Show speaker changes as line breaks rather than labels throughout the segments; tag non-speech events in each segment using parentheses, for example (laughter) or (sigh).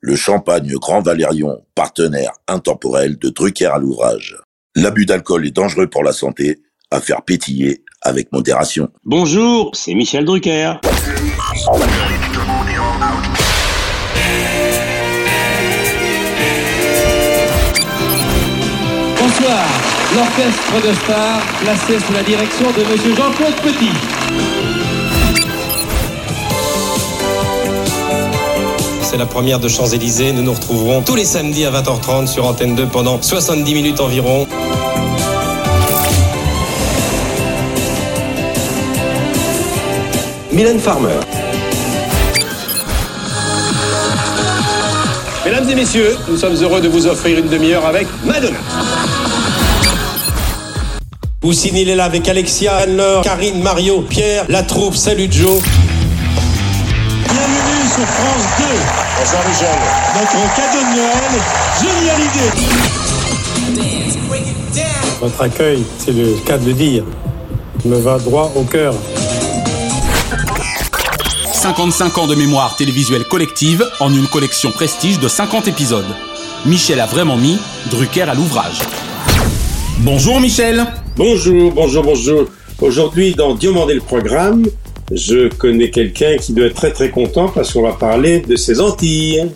le champagne Grand Valérion, partenaire intemporel de Drucker à l'ouvrage. L'abus d'alcool est dangereux pour la santé, à faire pétiller avec modération.
Bonjour, c'est Michel Drucker.
Bonsoir, l'orchestre de Star, placé sous la direction de M. Jean-Claude Petit.
C'est la première de Champs-Élysées. Nous nous retrouverons tous les samedis à 20h30 sur Antenne 2 pendant 70 minutes environ.
Mylène Farmer.
Mesdames et messieurs, nous sommes heureux de vous offrir une demi-heure avec Madonna.
Poussine, il est là avec Alexia, Anne-Laure, Karine, Mario, Pierre, la troupe. Salut Joe.
Bienvenue sur France 2. Bonsoir Michel. Notre cadeau de Noël, génial idée.
Votre accueil, c'est le cas de le dire, me va droit au cœur.
55 ans de mémoire télévisuelle collective en une collection prestige de 50 épisodes. Michel a vraiment mis Drucker à l'ouvrage. Bonjour Michel
Bonjour, bonjour, bonjour. Aujourd'hui, dans Diomandé le programme, je connais quelqu'un qui doit être très très content parce qu'on va parler de ses Antilles.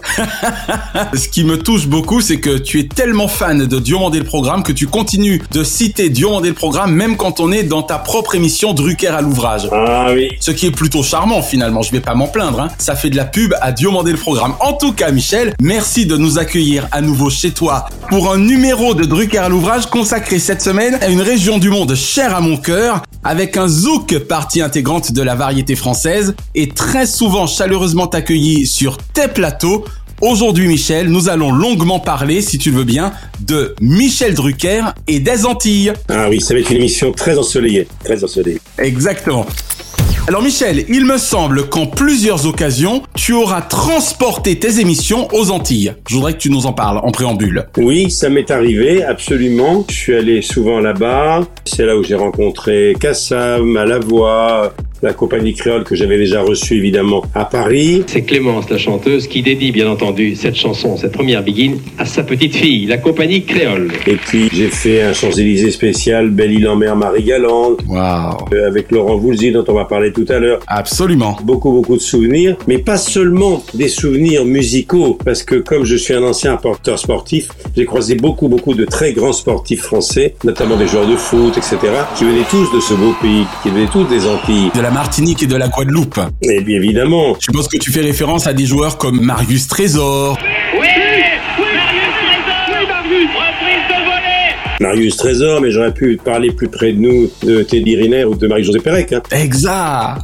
(laughs) Ce qui me touche beaucoup, c'est que tu es tellement fan de Diomandé le programme que tu continues de citer Diomandé le programme même quand on est dans ta propre émission Drucker à l'ouvrage.
Ah oui.
Ce qui est plutôt charmant finalement, je vais pas m'en plaindre. Hein. Ça fait de la pub à Diomandé le programme. En tout cas, Michel, merci de nous accueillir à nouveau chez toi pour un numéro de Drucker à l'ouvrage consacré cette semaine à une région du monde chère à mon cœur, avec un zouk partie intégrante de la variété française est très souvent chaleureusement accueillie sur tes plateaux. Aujourd'hui, Michel, nous allons longuement parler, si tu le veux bien, de Michel Drucker et des Antilles.
Ah oui, ça va être une émission très ensoleillée, très ensoleillée.
Exactement. Alors Michel, il me semble qu'en plusieurs occasions, tu auras transporté tes émissions aux Antilles. Je voudrais que tu nous en parles en préambule.
Oui, ça m'est arrivé, absolument. Je suis allé souvent là-bas. C'est là où j'ai rencontré Kassam, Malavoie, la compagnie créole que j'avais déjà reçue évidemment à Paris.
C'est Clémence, la chanteuse, qui dédie bien entendu cette chanson, cette première begin, à sa petite fille, la compagnie créole.
Et puis j'ai fait un Champs-Élysées spécial, Belle-Île-en-Mer, Marie-Galante.
Wow.
Euh, avec Laurent Voulzy, dont on va parler tout à l'heure.
Absolument.
Beaucoup, beaucoup de souvenirs, mais pas seulement des souvenirs musicaux, parce que comme je suis un ancien porteur sportif, j'ai croisé beaucoup, beaucoup de très grands sportifs français, notamment des joueurs de foot, etc., qui venaient tous de ce beau pays, qui venaient tous des Antilles.
De la Martinique et de la Guadeloupe.
Et bien évidemment.
Je pense que tu fais référence à des joueurs comme Marius Trésor.
Oui, oui, oui Marius Trésor, oui, Marius. reprise de volée.
Marius Trésor, mais j'aurais pu parler plus près de nous de Teddy Riner ou de Marie-Josée Pérec. Hein.
Exact.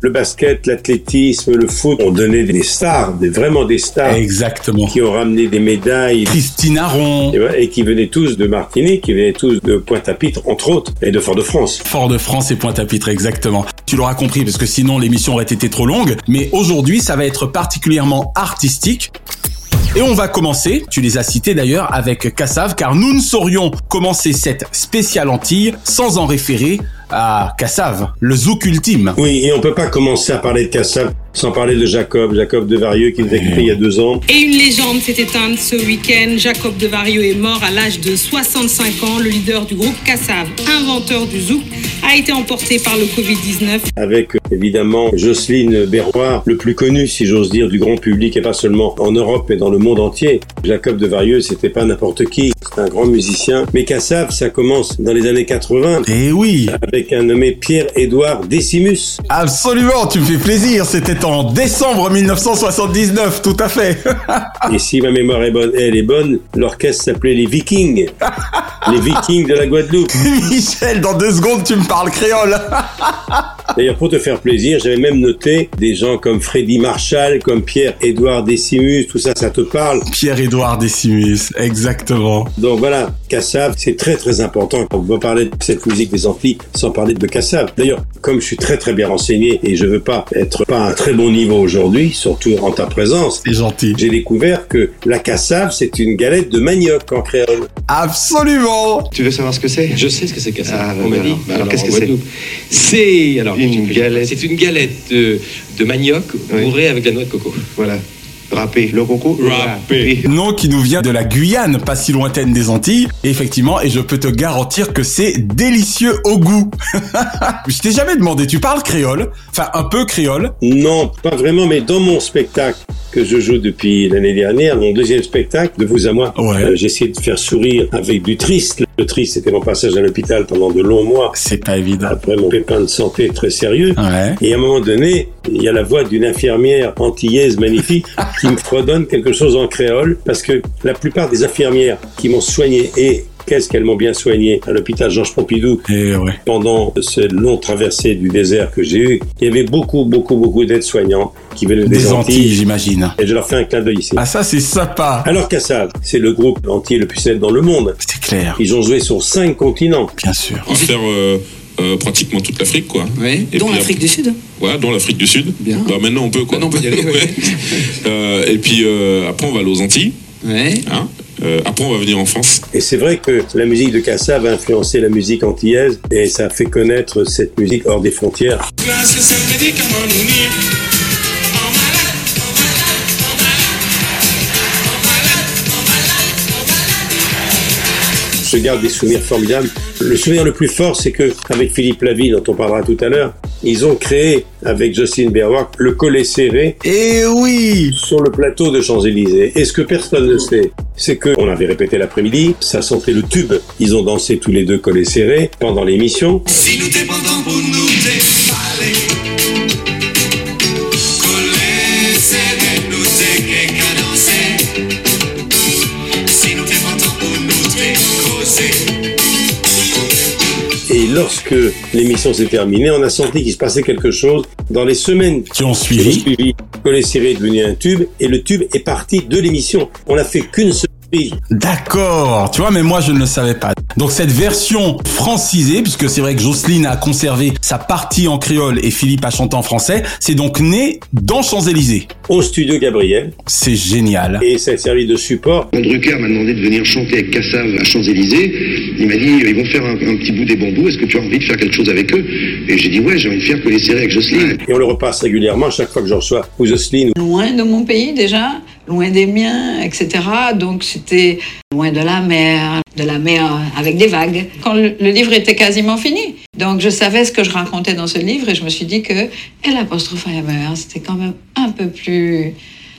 le basket, l'athlétisme, le foot ont donné des stars, des, vraiment des stars.
Exactement.
Qui ont ramené des médailles.
Christine Aron.
Et, et, qui venaient tous de Martinique, qui venaient tous de Pointe-à-Pitre, entre autres, et de Fort-de-France.
Fort-de-France et Pointe-à-Pitre, exactement. Tu l'auras compris, parce que sinon l'émission aurait été trop longue. Mais aujourd'hui, ça va être particulièrement artistique. Et on va commencer, tu les as cités d'ailleurs, avec Cassav, car nous ne saurions commencer cette spéciale Antilles sans en référer à Cassav, le zouk ultime.
Oui, et on peut pas commencer à parler de Cassav sans parler de Jacob, Jacob de Varieux qui nous a quittés il y a deux ans.
Et une légende s'est éteinte ce week-end. Jacob de Varieux est mort à l'âge de 65 ans. Le leader du groupe Cassav, inventeur du zouk, a été emporté par le Covid-19.
Avec euh, évidemment Jocelyne Berroir, le plus connu, si j'ose dire, du grand public, et pas seulement en Europe, mais dans le monde entier. Jacob de Varieux, c'était pas n'importe qui. C'était un grand musicien. Mais Cassav, ça commence dans les années 80.
Et Eh oui
avec un nommé Pierre-Édouard Décimus.
Absolument, tu me fais plaisir. C'était en décembre 1979, tout à fait. (laughs)
Et si ma mémoire est bonne, elle est bonne, l'orchestre s'appelait les Vikings. les Vikings de la Guadeloupe.
Michel, dans deux secondes, tu me parles créole.
D'ailleurs, pour te faire plaisir, j'avais même noté des gens comme Freddy Marshall, comme Pierre-Édouard Décimus, tout ça, ça te parle.
Pierre-Édouard Décimus, exactement.
Donc voilà, Cassav, c'est très très important. On va parler de cette musique des Antilles sans parler de Cassav. D'ailleurs, comme je suis très très bien renseigné et je veux pas être pas à un très bon niveau aujourd'hui, surtout en ta présence.
C'est gentil.
J'ai découvert que la Cassav, c'est une galette de manioc en créole.
Absolument Laurent
Tu veux savoir ce que c'est
Je sais ce que c'est Cassave.
Ah,
on m'a dit.
Bah, alors, qu'est-ce que c'est
C'est alors
Une galette.
C'est une galette de, de manioc bourrée avec de la noix de coco.
Voilà. Râpé. Le coco Râpé.
Nom qui nous vient de la Guyane, pas si lointaine des Antilles. Et effectivement, et je peux te garantir que c'est délicieux au goût. (laughs) je t'ai jamais demandé, tu parles créole Enfin, un peu créole
Non, pas vraiment, mais dans mon spectacle que je joue depuis l'année dernière, mon deuxième spectacle, de vous à moi,
Ouais.
euh, j'ai essayé de faire sourire avec du triste. Le triste, c'était mon passage à l'hôpital pendant de longs mois.
C'est pas évident.
Après mon pépin de santé très sérieux.
Ouais.
Et à un moment donné, il y a la voix d'une infirmière antillaise magnifique qui me fredonne quelque chose en créole parce que la plupart des infirmières qui m'ont soigné et qu'est-ce qu'elles m'ont bien soigné à l'hôpital Georges Pompidou
Et Eh ouais.
pendant cette longue traversée du désert que j'ai eue. Il y avait beaucoup, beaucoup, beaucoup d'aides-soignants qui venaient des,
Des Antilles, j'imagine.
Et je leur fais un clin d'œil ici.
Ah ça c'est sympa.
Alors Cassave, c'est le groupe entier le plus célèbre dans le monde.
C'est clair.
Ils ont joué sur cinq continents.
Bien sûr.
à faire euh, euh, pratiquement toute l'Afrique, quoi. Et
Dans
puis,
l'Afrique du Sud
Ouais, dans l'Afrique du Sud.
Bien.
Bah, maintenant, on peut, quoi.
Maintenant, on peut y aller, ouais.
(laughs) Ouais. Euh, et puis, euh, après, on va aller aux Antilles. Hein Euh, après, on va venir en France.
Et c'est vrai que la musique de Cassave a influencé la musique antillaise et ça a fait connaître cette musique hors des frontières. Je garde des souvenirs formidables. Le souvenir le plus fort, c'est que avec Philippe Lavie, dont on parlera tout à l'heure, ils ont créé avec Justin Berwak le collet serré.
Et Eh oui
Sur le plateau de Champs-Élysées. Et ce que personne ne sait, c'est que on avait répété l'après-midi, ça sentait le tube. Ils ont dansé tous les deux collets serrés pendant l'émission.
Si nous t'es pendant pour nous t'es parlé, coller, serrer, nous t'es qu'à danser. Si nous t'es pendant pour nous t'es causé,
Et lorsque l'émission s'est terminée, on a senti qu'il se passait quelque chose dans les semaines
qui ont suivi.
Collet serré est devenu un tube et le tube est parti de l'émission. On n'a fait qu'une seule prise.
D'accord, tu vois, mais moi je ne le savais pas. Donc cette version francisée, puisque c'est vrai que Jocelyne a conservé sa partie en créole et Philippe a chanté en français, c'est donc né dans Champs-Élysées.
Au studio Gabriel.
C'est génial.
Et ça a servi de support.
Quand Drucker m'a demandé de venir chanter avec Cassave à Champs-Élysées, il m'a dit ils vont faire un, un petit bout des bambous, est-ce que tu as envie de faire quelque chose avec eux Et j'ai dit ouais, j'ai envie de faire que les serrés avec Jocelyne.
Et on le repasse régulièrement à chaque fois que je reçois ou Jocelyne
loin de mon pays déjà, loin des miens, etc. Donc c'était loin de la mer, de la mer avec des vagues. Quand le, le livre était quasiment fini, donc je savais ce que je racontais dans ce livre et je me suis dit que L apostrophe Hammer, c'était quand même un peu plus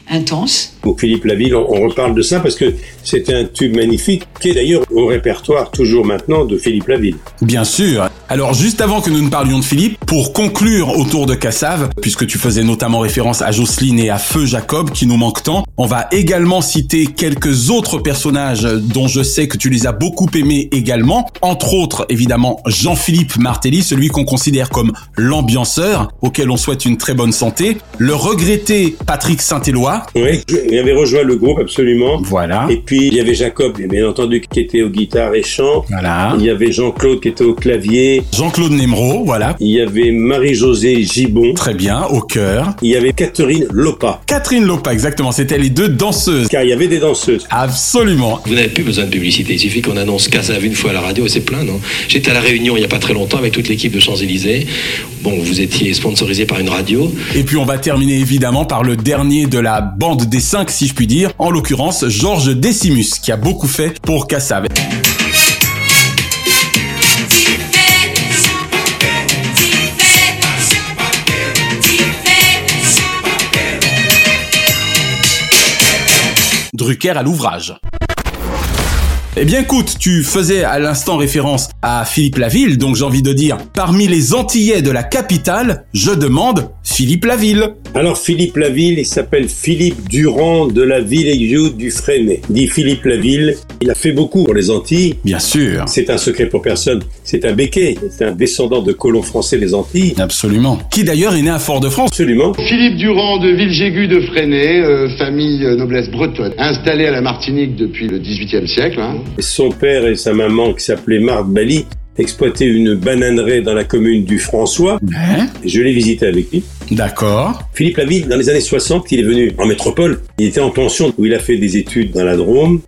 intense.
ou Philippe Laville, on, on reparle de ça parce que c'était un tube magnifique qui est d'ailleurs au répertoire toujours maintenant de Philippe Laville.
Bien sûr. Alors juste avant que nous ne parlions de Philippe, pour conclure autour de Cassave, puisque tu faisais notamment référence à Jocelyne et à Feu Jacob qui nous manquent tant, on va également citer quelques autres personnages dont je sais que tu les as beaucoup aimés également, entre autres évidemment Jean-Philippe Martelly, celui qu'on considère comme l'ambianceur, auquel on souhaite une très bonne santé, le regretté Patrick Saint-Éloi,
Oui, il avait rejoint le groupe absolument.
Voilà.
Et puis il y avait Jacob, bien entendu, qui était aux guitares et chant.
Voilà.
Il y avait Jean-Claude qui était au clavier.
Jean-Claude Nemro, voilà,
Il y avait Marie-Josée Gibon.
très bien, au cœur,
Il y avait Catherine Lopa,
Catherine Lopa, exactement, c'était les deux danseuses.
car il y avait des danseuses.
Absolument.
Vous n'avez plus besoin de publicité, il suffit qu'on annonce Cassave une fois à la radio et c'est plein, non J'étais à la Réunion il n'y a pas très longtemps avec toute l'équipe de Champs-Élysées. Bon, vous étiez sponsorisé par une radio.
Et puis on va terminer évidemment par le dernier de la bande des cinq, si je puis dire, en l'occurrence Georges Decimus, qui a beaucoup fait pour Cassave. Drucker à l'ouvrage. Eh bien écoute, tu faisais à l'instant référence à Philippe Laville, donc j'ai envie de dire, parmi les Antillais de la capitale, je demande Philippe Laville.
Alors Philippe Laville, il s'appelle Philippe Durand de la ville aiguë du Freinet. Dit Philippe Laville, il a fait beaucoup pour les Antilles.
Bien sûr.
C'est un secret pour personne. C'est un béquet. C'est un descendant de colons français des Antilles.
Absolument. Qui d'ailleurs est né à Fort-de-France.
Absolument.
Philippe Durand de Villegégu de Fresnay, euh, famille euh, noblesse bretonne, installée à la Martinique depuis le XVIIIe siècle. hein.
Son père et sa maman, qui s'appelait Marthe Bali, exploitaient une bananeraie dans la commune du François. Je l'ai visité avec lui.
D'accord.
Philippe Laville, dans les années 60, il est venu en métropole. Il était en pension où il a fait des études dans la Drôme.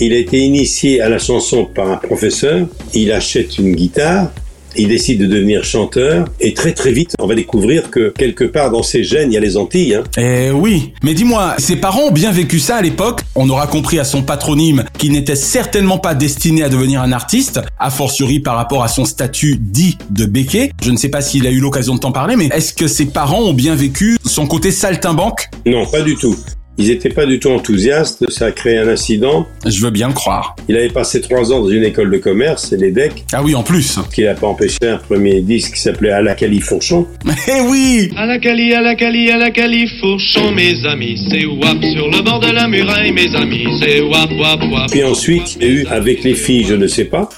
Il a été initié à la chanson par un professeur. Il achète une guitare. Il décide de devenir chanteur et très très vite, on va découvrir que quelque part dans ses gènes, il y a les Antilles. hein.
Eh oui, mais dis-moi, ses parents ont bien vécu ça à l'époque. On aura compris à son patronyme qu'il n'était certainement pas destiné à devenir un artiste, a fortiori par rapport à son statut dit de béquet. Je ne sais pas s'il a eu l'occasion de t'en parler, mais est-ce que ses parents ont bien vécu son côté saltimbanque
Non, pas du tout. Ils n'étaient pas du tout enthousiastes, ça a créé un incident.
Je veux bien le croire.
Il avait passé trois ans dans une école de commerce, c'est l'EDEC.
Ah oui, en plus.
Ce qui n'a pas empêché un premier disque qui s'appelait À la Califourchon.
Eh oui
À la Cali, à la Cali, à la Cali, fourchon, mes amis, c'est WAP sur le bord de la muraille, mes amis, c'est WAP, WAP, WAP.
Puis ensuite, il y a eu Avec les filles, je ne sais pas.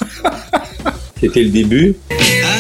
C'était le début.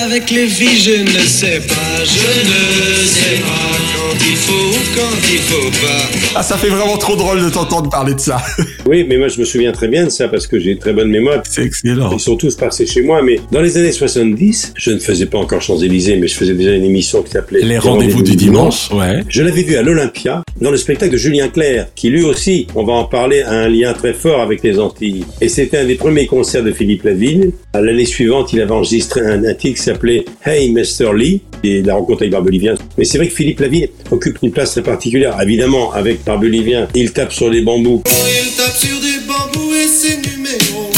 Avec les filles, je ne sais pas, je ne sais pas quand il faut, quand il faut pas.
Ah, ça fait vraiment trop drôle de t'entendre parler de ça.
Oui, mais moi je me souviens très bien de ça parce que j'ai une très bonne mémoire.
C'est excellent.
Ils sont tous passés chez moi, mais dans les années 70, je ne faisais pas encore Champs-Élysées, mais je faisais déjà une émission qui s'appelait
Les rendez-vous du dimanche, ouais.
Je l'avais vu à l'Olympia dans le spectacle de Julien Clerc, qui lui aussi, on va en parler, a un lien très fort avec les Antilles. Et c'était un des premiers concerts de Philippe Lavigne. À L'année suivante, il avait enregistré un, un titre qui s'appelait Hey Mr. Lee, et la rencontre avec Barbelivien. Mais c'est vrai que Philippe Lavigne occupe une place très particulière. Évidemment, avec Barbelivien, il tape sur les bambous.
Il tape sur des bambous et ses numéros.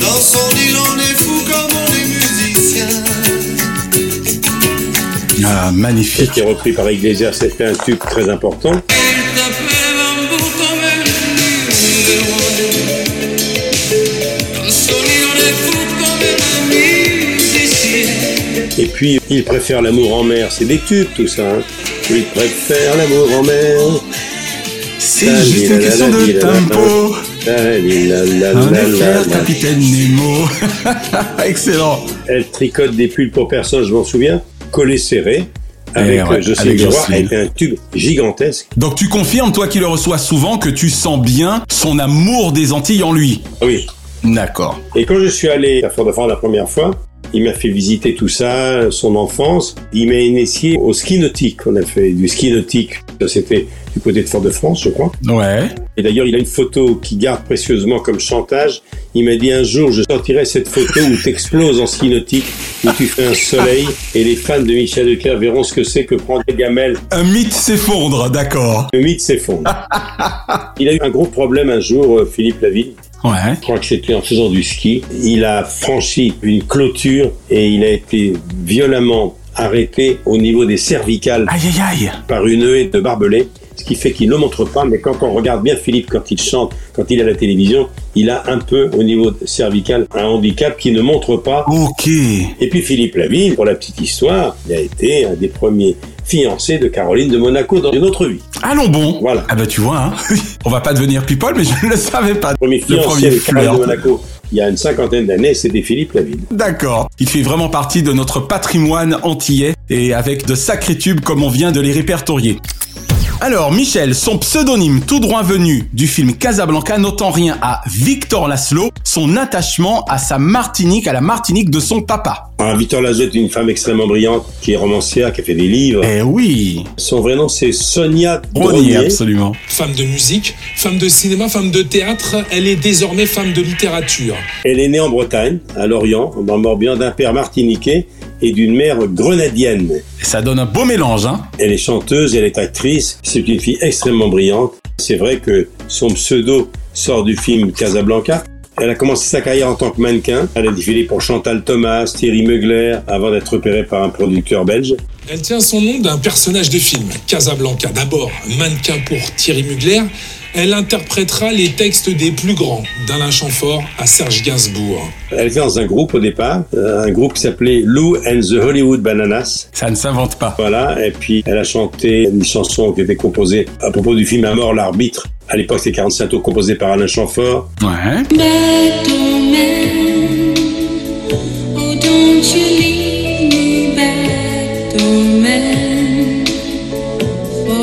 Dans son île, on est fou comme on est musicien.
Ah, magnifique.
Qui est repris par Iglesias, c'était un tube très important.
Dans son île, on est fou comme un musicien.
Et puis, il préfère l'amour en mer. C'est des tubes, tout ça. hein. Il préfère l'amour en mer.
C'est juste une question de tempo. Un éclair, capitaine Nemo. (laughs) Excellent.
Elle tricote des pulls pour personne, je m'en souviens. Collé serré. Avec,
Eh ouais,
euh, je sais
avec
que le roi,
Jocelyne.
était un tube gigantesque.
Donc tu confirmes, toi qui le reçois souvent, que tu sens bien son amour des Antilles en lui.
Ah Oui.
D'accord.
Et quand je suis allé à Fort-de-France la première fois, il m'a fait visiter tout ça, son enfance. Il m'a initié au ski nautique. On a fait du ski nautique. Ça, C'était du côté de Fort-de-France, je crois.
Ouais.
Et d'ailleurs, il a une photo qu'il garde précieusement comme chantage. Il m'a dit un jour, je sortirai cette photo où t'exploses en ski nautique, où tu fais un soleil, et les fans de Michel Leclerc verront ce que c'est que prendre des gamelles.
Un mythe s'effondre, d'accord.
Le mythe s'effondre. Il a eu un gros problème un jour, euh, Philippe Lavigne.
Ouais.
Je crois que c'était en faisant du ski. Il a franchi une clôture et il a été violemment arrêté au niveau des cervicales
Aïe aïe aïe.
par une haie de barbelés, ce qui fait qu'il ne le montre pas, mais quand on regarde bien Philippe quand il chante, quand il est à la télévision, il a un peu au niveau cervical un handicap qui ne montre pas.
Ok.
Et puis Philippe Laville, pour la petite histoire, il a été un des premiers fiancés de Caroline de Monaco dans une autre vie.
Allons bon.
Voilà.
Ah bah tu vois, hein. (laughs) on va pas devenir people, mais je ne le savais pas.
Premier fiancé de Caroline de Monaco il y a une cinquantaine d'années, c'était Philippe Laville.
D'accord. Il fait vraiment partie de notre patrimoine antillais et avec de sacrés tubes comme on vient de les répertorier. Alors, Michel, son pseudonyme tout droit venu du film Casablanca n'entend rien à Victor Laszlo, son attachement à sa Martinique, à la Martinique de son papa.
Alors, Victor Lazot est une femme extrêmement brillante, qui est romancière, qui a fait des livres.
Eh oui,
Son vrai nom, c'est Sonia
Brony,
Bronier.
absolument.
Femme de musique, femme de cinéma, femme de théâtre, elle est désormais femme de littérature.
Elle est née en Bretagne, à Lorient, dans le Morbihan, d'un père martiniquais et d'une mère grenadienne.
Ça donne un beau mélange, hein
Elle est chanteuse, elle est actrice, c'est une fille extrêmement brillante. C'est vrai que son pseudo sort du film Casablanca. Elle a commencé sa carrière en tant que mannequin. Elle a défilé pour Chantal Thomas, Thierry Mugler, avant d'être repérée par un producteur belge.
Elle tient son nom d'un personnage de film, Casablanca. D'abord, mannequin pour Thierry Mugler, elle interprétera les textes des plus grands, d'Alain Chamfort à Serge Gainsbourg.
Elle était dans un groupe au départ, euh, un groupe qui s'appelait Lou and the Hollywood Bananas.
Ça ne s'invente pas.
Voilà, et puis elle a chanté une chanson qui était composée à propos du film À mort l'arbitre. À l'époque, c'était 45 tours composé par Alain Chamfort.
Ouais.
Bateau man, oh don't you leave me, bateau man.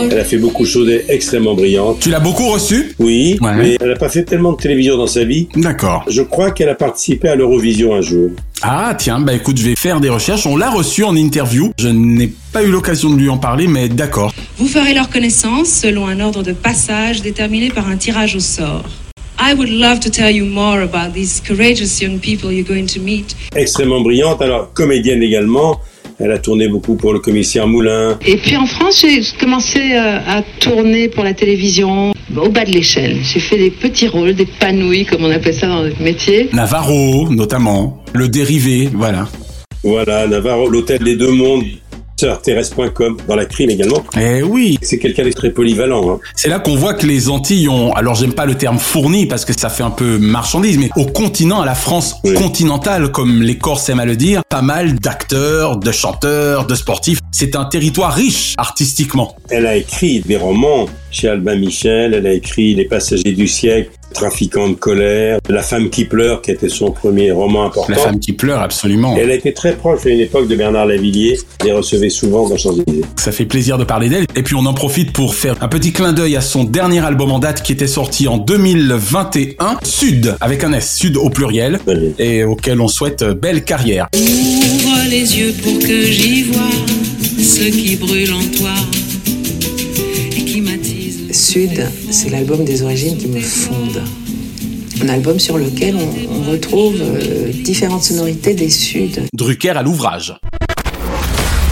Elle a fait beaucoup de choses extrêmement brillantes.
Tu l'as beaucoup reçue
Oui, mais elle n'a pas fait tellement de télévision dans sa vie.
D'accord.
Je crois qu'elle a participé à l'Eurovision un jour.
Ah tiens, bah écoute, je vais faire des recherches. On l'a reçu en interview. Je n'ai pas eu l'occasion de lui en parler, mais d'accord.
Vous ferez leur connaissance selon un ordre de passage déterminé par un tirage au sort. I would love to tell you more about these courageous young people you're going to meet.
Extrêmement brillante, alors comédienne également. Elle a tourné beaucoup pour le commissaire Moulin.
Et puis en France, j'ai commencé euh, à tourner pour la télévision au bas de l'échelle. J'ai fait des petits rôles, des panouilles, comme on appelle ça dans notre métier.
Navarro, notamment. Le dérivé, voilà.
Voilà, Navarro, l'hôtel des deux mondes. Sœurthérèse.com, dans la crime également.
Eh oui.
C'est quelqu'un de très polyvalent. hein.
C'est là qu'on voit que les Antilles ont, alors j'aime pas le terme fourni parce que ça fait un peu marchandise, mais au continent, à la France continentale, comme les Corses aiment à le dire, pas mal d'acteurs, de chanteurs, de sportifs. C'est un territoire riche artistiquement.
Elle a écrit des romans chez Albin Michel, elle a écrit Les Passagers du siècle, Trafiquant de colère, La femme qui pleure, qui était son premier roman important.
La femme qui pleure, absolument.
Elle a été très proche à une époque de Bernard Lavillier, les recevait souvent dans Champs-Élysées.
Ça fait plaisir de parler d'elle. Et puis on en profite pour faire un petit clin d'œil à son dernier album en date qui était sorti en 2021, Sud, avec un S, Sud au pluriel, et auquel on souhaite euh, belle carrière.
Ouvre les yeux pour que j'y vois ce qui brûle en toi et qui m'attise.
Sud, c'est l'album des origines qui me fonde. Un album sur lequel on, on retrouve euh, différentes sonorités des Suds.
Drucker à l'ouvrage.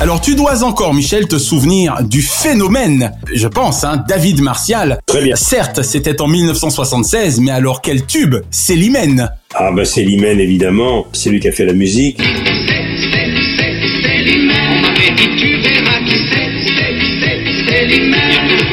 Alors tu dois encore, Michel, te souvenir du phénomène, je pense, hein, David Martial. Très bien. Certes, c'était en 1976, mais alors quel tube C'est l'hymen.
Ah bah c'est Limen évidemment, c'est lui qui a fait la musique.
On m'avait dit tu verras qui c'est, c'est, c'est, c'est l'hymen.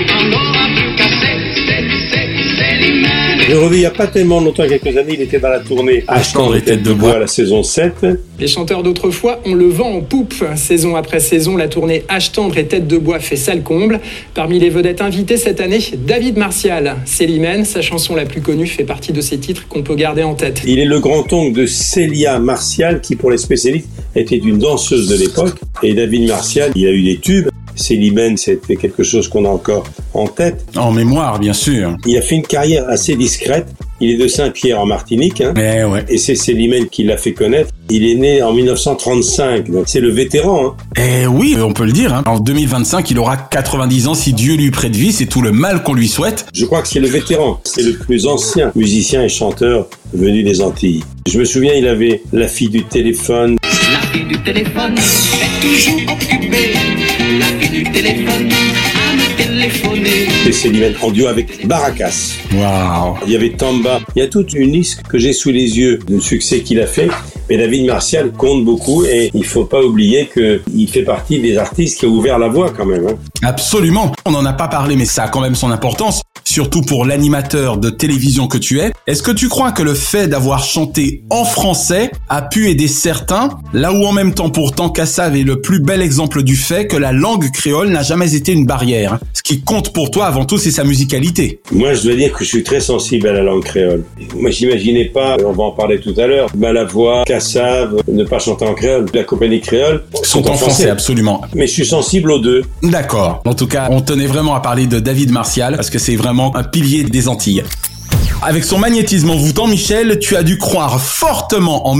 Un aura plus cassé, c'est, c'est, c'est l'hymen.
Je revu il n'y a pas tellement longtemps, quelques années, il était dans la tournée Achetant les têtes de bois, la saison 7.
Les chanteurs d'autrefois, on le vent en poupe. Saison après saison, la tournée H tendre et Tête de bois fait sale comble. Parmi les vedettes invitées cette année, David Martial. Célimène, sa chanson la plus connue, fait partie de ces titres qu'on peut garder en tête.
Il est le grand-oncle de Célia Martial, qui pour les spécialistes était une danseuse de l'époque. Et David Martial, il a eu des tubes. Céliben, c'était quelque chose qu'on a encore en tête.
En mémoire, bien sûr.
Il a fait une carrière assez discrète. Il est de Saint-Pierre en Martinique. hein.
Eh
Et c'est Célimène qui l'a fait connaître. Il est né en 1935, donc c'est le vétéran. hein.
Eh oui, on peut le dire. hein. En 2025, il aura 90 ans si Dieu lui prête vie. C'est tout le mal qu'on lui souhaite.
Je crois que c'est le vétéran, c'est le plus ancien musicien et chanteur venu des Antilles. Je me souviens, il avait La fille du téléphone,
La fille du téléphone est toujours occupée. La fille du téléphone à me téléphoner.
et Célimène en duo avec Baracas.
Waouh
Il y avait Tamba. Il y a toute une liste que j'ai sous les yeux de succès qu'il a fait. Mais David Martial compte beaucoup et il faut pas oublier qu'il fait partie des artistes qui ont ouvert la voie quand même. hein.
Absolument. On n'en a pas parlé, mais ça a quand même son importance. Surtout pour l'animateur de télévision que tu es. Est-ce que tu crois que le fait d'avoir chanté en français a pu aider certains, là où en même temps pourtant Cassav est le plus bel exemple du fait que la langue créole n'a jamais été une barrière. hein. Ce qui compte pour toi avant tout, c'est sa musicalité.
Moi, je dois dire que je suis très sensible à la langue créole. Moi, j'imaginais pas, on va en parler tout à l'heure, Malavoie, Cassave, ne pas chanter en créole, la compagnie créole.
Sont en français, absolument.
Mais je suis sensible aux deux.
D'accord. En tout cas, on tenait vraiment à parler de David Martial parce que c'est vraiment un pilier des Antilles. Avec son magnétisme envoûtant, Michel, tu as dû croire fortement en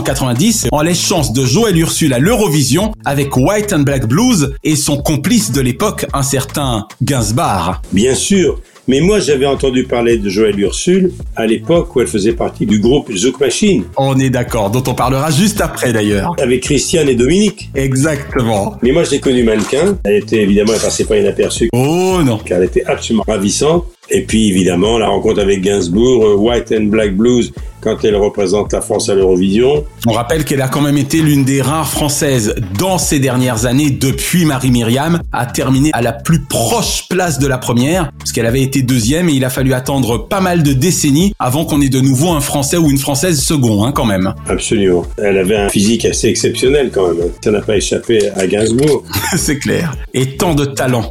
1990 en les chances de Joël Ursule à l'Eurovision avec White and Black Blues et son complice de l'époque, un certain Gainsbar.
Bien sûr. Mais moi, j'avais entendu parler de Joël Ursule à l'époque où elle faisait partie du groupe Zouk Machine.
On est d'accord, dont on parlera juste après d'ailleurs.
Avec Christiane et Dominique.
Exactement.
Mais moi, je l'ai connue mannequin. Elle était évidemment, elle passait pas inaperçue.
Oh non.
Car elle était absolument ravissante. Et puis, évidemment, la rencontre avec Gainsbourg, euh, White and Black Blues, quand elle représente la France à l'Eurovision.
On rappelle qu'elle a quand même été l'une des rares françaises dans ces dernières années depuis Marie Myriam à terminer à la plus proche place de la première parce qu'elle avait été deuxième et il a fallu attendre pas mal de décennies avant qu'on ait de nouveau un français ou une française second hein, quand même. (laughs)
Absolument. Elle avait un physique assez exceptionnel quand même. Ça n'a pas échappé à Gainsbourg.
C'est clair. Et tant de talent.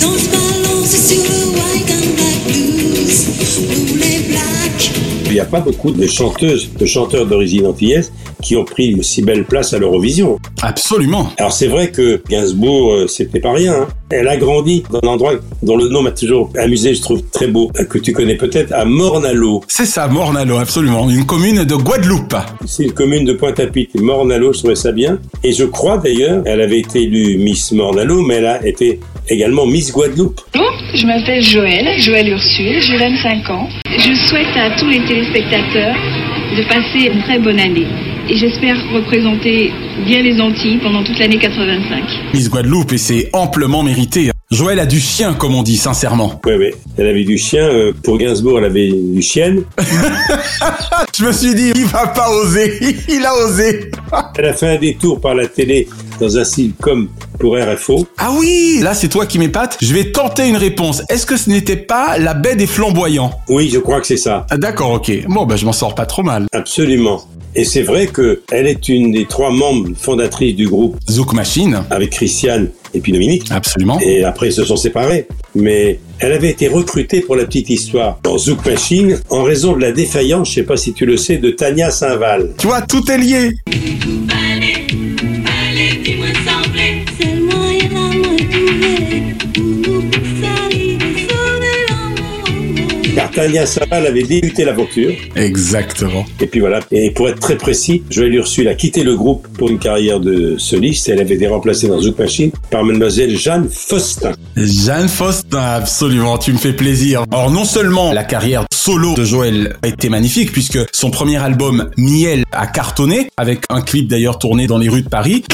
Danse balance sur le white and black blues. Nous les blacks.
Il n'y a pas beaucoup de chanteuses, de chanteurs d'origine antillaise qui ont pris une si belle place à l'Eurovision.
Absolument.
Alors c'est vrai que Gainsbourg, euh, c'était pas rien. hein. Elle a grandi dans un endroit dont le nom m'a toujours amusé, je trouve très beau, euh, que tu connais peut-être, à Mornalo.
C'est ça, Mornalo, absolument. Une commune de Guadeloupe.
C'est une commune de Pointe-à-Pitre, Mornalo, je trouvais ça bien. Et je crois d'ailleurs, elle avait été élue Miss Mornalo, mais elle a été également Miss Guadeloupe.
Bonjour, je m'appelle Joël, Joël Ursule, j'ai 25 ans. Je souhaite à tous les téléspectateurs de passer une très bonne année. Et j'espère représenter bien les Antilles pendant toute l'année 85.
Miss Guadeloupe, et c'est amplement mérité. Joël a du chien, comme on dit, sincèrement. (laughs)
Oui, oui. Elle avait du chien. euh, Pour Gainsbourg, elle avait du chienne.
Je me suis dit, il va pas oser. (laughs) Il a osé.
Elle a fait un détour par la télé dans un sitcom pour RFO.
Ah oui, là c'est toi qui m'épates. Je vais tenter une réponse. Est-ce que ce n'était pas la baie des flamboyants
Oui, je crois que c'est ça.
Ah, D'accord, ok. Bon, bah je m'en sors pas trop mal.
Absolument. Et c'est vrai que elle est une des trois membres fondatrices du groupe
Zouk Machine
avec Christiane et puis Dominique.
Absolument.
Et après ils se sont séparés. Mais elle avait été recrutée pour la petite histoire dans Zouk Machine en raison de la défaillance, je sais pas si tu le sais, de Tania Saint-Val.
Tu vois, tout est lié.
Car Tania Saint-Val avait débuté l'aventure.
Exactement.
Et puis voilà. Et pour être très précis, Joël Ursule a quitté le groupe pour une carrière de soliste. Elle avait été remplacée dans Zouk Machine par mademoiselle Jeanne Faustin.
Jeanne Faustin, absolument, tu me fais plaisir. Or, non seulement la carrière solo de Joël a été magnifique, puisque son premier album, Miel, a cartonné, avec un clip d'ailleurs tourné dans les rues de Paris.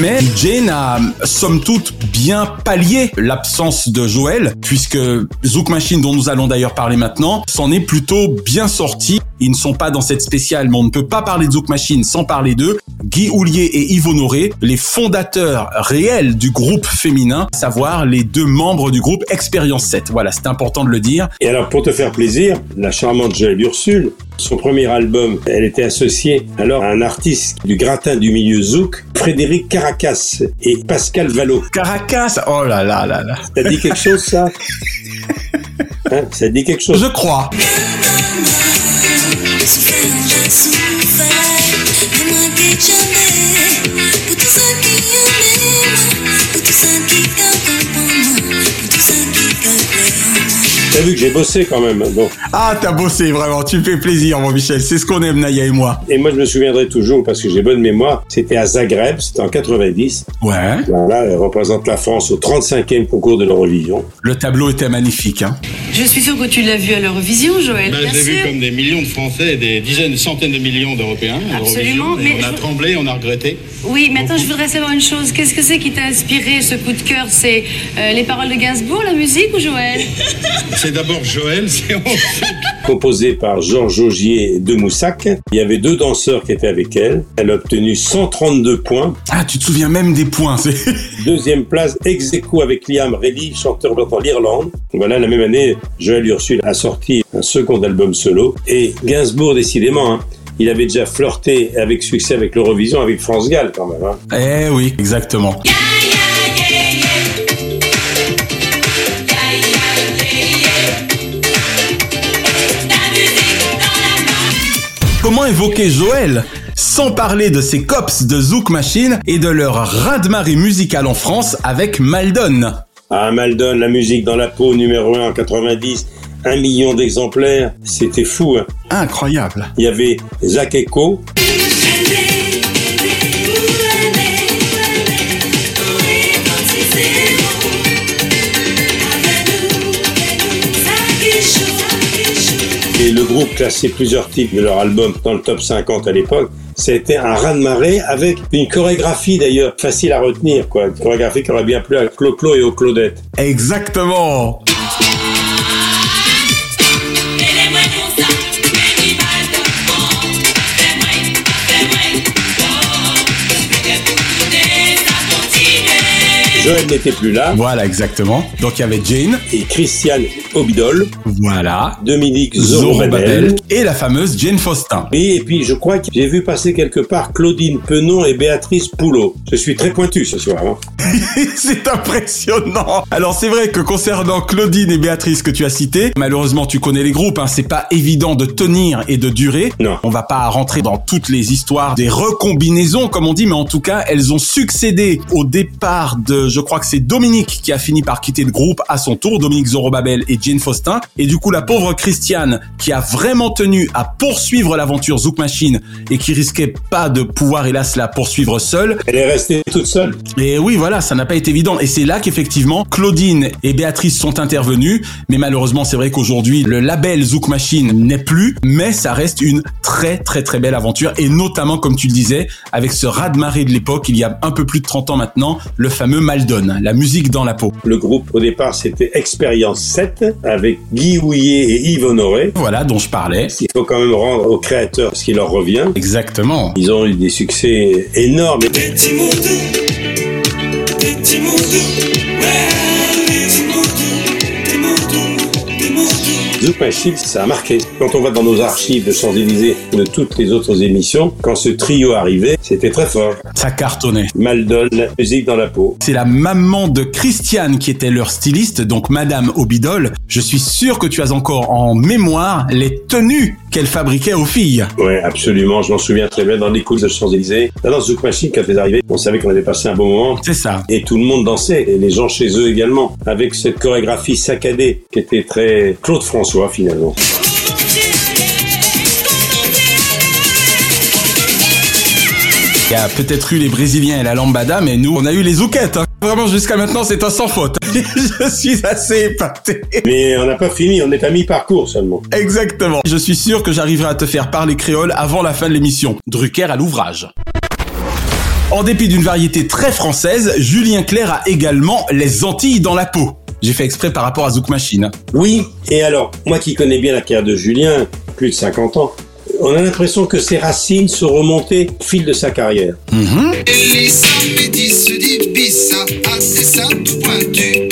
Mais Jane a, somme toute, bien pallié l'absence de Joël, puisque Zouk Machine, dont nous allons d'ailleurs parler maintenant, s'en est plutôt bien sorti. Ils ne sont pas dans cette spéciale, mais on ne peut pas parler de Zouk Machine sans parler d'eux. Guy Houlier et Yves Honoré, les fondateurs réels du groupe féminin, à savoir les deux membres du groupe Expérience 7. Voilà, c'est important de le dire.
Et alors, pour te faire plaisir, la charmante Joël Ursule, son premier album, elle était associée alors à un artiste du gratin du milieu zouk, Frédéric Caracas et Pascal Vallot.
Caracas, oh là là là là.
Ça te dit quelque chose, ça Hein, Ça te dit quelque chose
Je crois.
T'as vu que j'ai bossé quand même. hein, Bon.
Ah, t'as bossé vraiment, tu me fais plaisir, mon Michel. C'est ce qu'on aime, Naya et moi.
Et moi, je me souviendrai toujours, parce que j'ai bonne mémoire, c'était à Zagreb, c'était en 90.
Ouais.
Voilà, elle représente la France au 35e concours de l'Eurovision.
Le tableau était magnifique, hein.
Je suis sûre que tu l'as vu à l'Eurovision, Joël.
Ben,
bien
je l'ai vu
sûr.
comme des millions de Français, des dizaines, des centaines de millions d'Européens. à
Absolument,
l'Eurovision, et
mais
on a
je-
tremblé, on a regretté.
Oui, mais attends, je voudrais savoir une chose. Qu'est-ce que c'est qui t'a inspiré ce coup de cœur C'est euh, les paroles de Gainsbourg, la musique ou Joël
C'est d'abord Joël, c'est
Composée par Georges Augier de Moussac, il y avait deux danseurs qui étaient avec elle. Elle a obtenu 132 points.
Ah, tu te souviens même des points. c'est- (laughs)
Deuxième place, ex aequo avec Liam Reilly, chanteur dans l'Irlande. Voilà, la même année, Joël Ursule a sorti un second album solo. Et Gainsbourg, décidément, hein, il avait déjà flirté avec succès avec l'Eurovision, avec France Gall quand même. hein.
Eh oui, exactement. Comment évoquer Joël sans parler de ses cops de Zouk Machine et de leur raz-de-marée musicale en France avec Maldon
Ah, Maldon, la musique dans la peau, numéro 1 en 90, un million d'exemplaires, c'était fou. hein.
Incroyable.
Il y avait Zach Echo, Et le groupe classait plusieurs titres de leur album dans le top 50 à l'époque. C'était un raz-de-marée avec une chorégraphie d'ailleurs facile à retenir, quoi. Une chorégraphie qui aurait bien plu à Clo-Clo et aux Claudettes.
Exactement.
Joël n'était plus là.
Voilà, exactement. Donc il y avait Jane.
Et Christiane Obidol.
Voilà.
Dominique
Zorobabel.
Zorobabel.
Et la fameuse Jane Faustin.
Oui, et puis je crois que j'ai vu passer quelque part Claudine Penon et Béatrice Poulot. Je suis très pointu ce soir. hein.
(laughs) c'est impressionnant. Alors c'est vrai que concernant Claudine et Béatrice que tu as citées, malheureusement tu connais les groupes, hein, c'est pas évident de tenir et de durer.
Non.
On va pas rentrer dans toutes les histoires des recombinaisons comme on dit, mais en tout cas elles ont succédé au départ de, je crois que c'est Dominique qui a fini par quitter le groupe à son tour, Dominique Zorobabel et Jane Faustin, et du coup la pauvre Christiane qui a vraiment tenu à poursuivre l'aventure Zouk Machine et qui risquait pas de pouvoir hélas la poursuivre seule.
Elle est restée toute seule.
Et oui, voilà, ça n'a pas été évident. Et c'est là qu'effectivement, Claudine et Béatrice sont intervenues. Mais malheureusement, c'est vrai qu'aujourd'hui, le label Zouk Machine n'est plus. Mais ça reste une très, très, très belle aventure. Et notamment, comme tu le disais, avec ce raz-de-marée de l'époque, il y a un peu plus de 30 ans maintenant, le fameux Maldon, la musique dans la peau.
Le groupe au départ c'était Expérience 7 avec Guy Houillet et Yves Honoré.
Voilà, dont je parlais.
Il faut quand même rendre aux créateurs ce qui leur revient.
Exactement.
Ils ont eu des succès énormes.
Petit Moudou, petit Moudou, ouais, petit Moudou, petit Moudou, petit Moudou.
Zouk Machine, ça a marqué. Quand on va dans nos archives de Champs-Élysées, de toutes les autres émissions, quand ce trio arrivait, c'était très fort.
Ça cartonnait.
Maldon, la musique dans la peau.
C'est la maman de Christiane qui était leur styliste, donc Madame Obidol. Je suis sûr que tu as encore en mémoire les tenues qu'elle fabriquait aux filles.
Ouais, absolument, je m'en souviens très bien dans les courses de Champs-Élysées. Là, Dans Zouk Machine, quand ils arrivaient, on savait qu'on avait passé un bon moment.
C'est ça.
Et tout le monde dansait, et les gens chez eux également, avec cette chorégraphie saccadée qui était très Claude François finalement.
Il y a peut-être eu les Brésiliens et la lambada, mais nous, on a eu les zouquettes. hein. Vraiment, jusqu'à maintenant, c'est un sans faute. (laughs) Je suis assez épaté.
Mais on n'a pas fini, on est à mi-parcours seulement.
Exactement. Je suis sûr que j'arriverai à te faire parler créole avant la fin de l'émission. Drucker à l'ouvrage. En dépit d'une variété très française, Julien Clerc a également les Antilles dans la peau. J'ai fait exprès par rapport à Zouk Machine.
Oui, et alors, moi qui connais bien la carrière de Julien, plus de 50 ans, on a l'impression que ses racines se remontaient au fil de sa carrière.
Les samedis se ah, divisent à des sables pointus.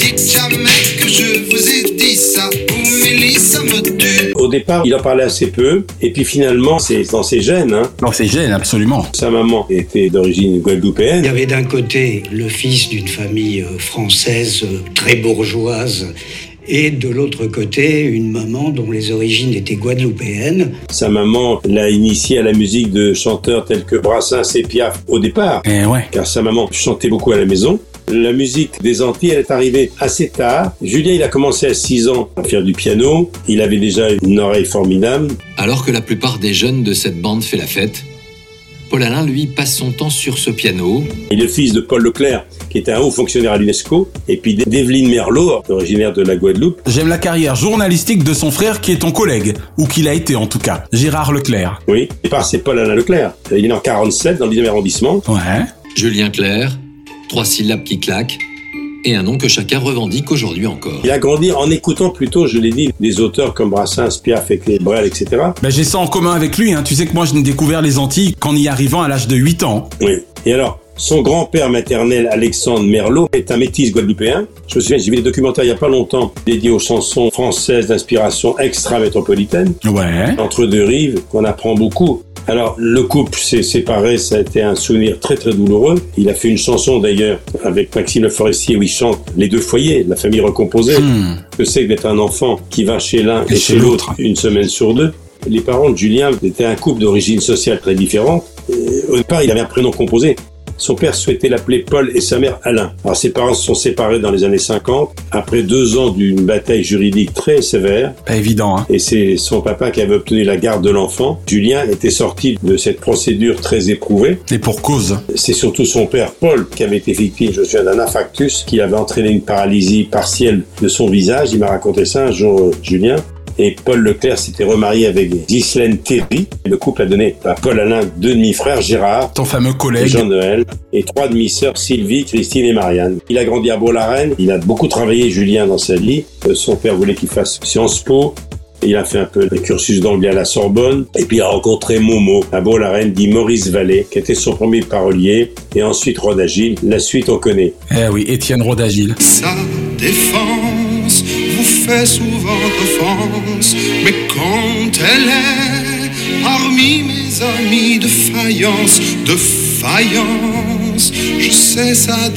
Dites jamais que je vous ai dit ça, ou Mélissa me tue.
Au départ, il en parlait assez peu, et puis finalement, c'est dans ses gènes. Hein.
Non, c'est gêne, absolument.
Sa maman était d'origine guadeloupéenne.
Il y avait d'un côté le fils d'une famille euh, française euh, très bourgeoise et de l'autre côté une maman dont les origines étaient guadeloupéennes.
Sa maman l'a initié à la musique de chanteurs tels que Brassens et Piaf au départ,
Eh ouais.
car sa maman chantait beaucoup à la maison. La musique des Antilles, elle est arrivée assez tard. Julien, il a commencé à 6 ans à faire du piano. Il avait déjà une oreille formidable.
Alors que la plupart des jeunes de cette bande fait la fête, Paul Alain, lui, passe son temps sur ce piano.
Il est le fils de Paul Leclerc, qui était un haut fonctionnaire à l'UNESCO, et puis d'Evelyne Merlot, originaire de la Guadeloupe.
J'aime la carrière journalistique de son frère qui est ton collègue, ou qu'il a été en tout cas, Gérard Leclerc.
Oui, au départ, c'est Paul Alain Leclerc. Euh, Il est né en 47, dans le 10e arrondissement.
Ouais.
Julien Clerc, trois syllabes qui claquent, et un nom que chacun revendique aujourd'hui encore.
Il a grandi en écoutant plutôt, je l'ai dit, des auteurs comme Brassens, Piaf, et Brel, etc.
Ben, j'ai ça en commun avec lui, hein. tu sais que moi je n'ai découvert les Antilles qu'en y arrivant à l'âge de 8 ans.
Oui. Et alors, son grand-père maternel, Alexandre Merlot, est un métis guadeloupéen. Je me souviens, j'ai vu des documentaires il n'y a pas longtemps dédiés aux chansons françaises d'inspiration extra-métropolitaine.
Ouais.
Entre deux rives, qu'on apprend beaucoup. Alors, le couple s'est séparé, ça a été un souvenir très très douloureux. Il a fait une chanson d'ailleurs avec Maxime Le Forestier où il chante Les deux foyers, la famille recomposée.
Hmm.
Que c'est que d'être un enfant qui va chez l'un et, chez l'autre une semaine sur deux. Les parents de Julien étaient un couple d'origine sociale très différente. Et Au départ, il avait un prénom composé. Son père souhaitait l'appeler Paul et sa mère Alain. Alors ses parents se sont séparés dans les années 50 après deux ans d'une bataille juridique très sévère
Pas évident, hein.
et c'est son papa qui avait obtenu la garde de l'enfant. Julien était sorti de cette procédure très éprouvée.
Et pour cause.
C'est surtout son père Paul qui avait été victime, je me souviens, d'un infarctus qui avait entraîné une paralysie partielle de son visage. Il m'a raconté ça un jour, euh, Julien. Et Paul Leclerc s'était remarié avec Ghislaine Théry. Le couple a donné à Paul Alain deux demi-frères, Gérard,
Ton fameux collègue.
Jean-Noël, et trois demi-sœurs, Sylvie, Christine et Marianne. Il a grandi à Beau-la-Reine, il a beaucoup travaillé, Julien, dans sa vie. Euh, Son père voulait qu'il fasse Sciences Po. Il a fait un peu le cursus d'anglais à la Sorbonne. Et puis il a rencontré Momo, un beau la reine dit Maurice Vallée, qui était son premier parolier. Et ensuite Rodagile. La suite, on connaît.
Eh oui, Étienne Rodagile.
Sa défense vous fait souvent offense, mais quand elle est parmi mes amis de faïence, de faïence, je sais sa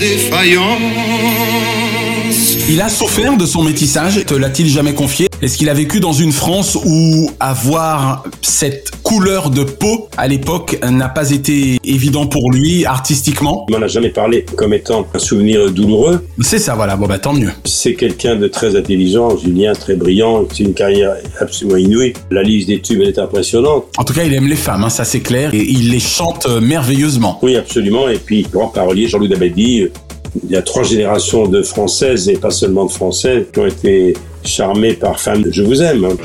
défaillance.
Il a souffert de son métissage, te l'a-t-il jamais confié Est-ce qu'il a vécu dans une France où avoir cette couleur de peau à l'époque n'a pas été évident pour lui artistiquement
On n'en a jamais parlé comme étant un souvenir douloureux.
C'est ça, voilà, bon bah tant mieux.
C'est quelqu'un de très intelligent, Julien, très brillant. C'est une carrière absolument inouïe. La liste des tubes, elle est impressionnante.
En tout cas, il aime les femmes, hein, ça c'est clair, et il les chante euh, merveilleusement.
Oui, absolument. Et puis, grand parolier, Jean-Louis Dabadi, euh, il y a trois générations de Françaises, et pas seulement de Françaises, qui ont été charmées par Femme de Je vous aime. hein.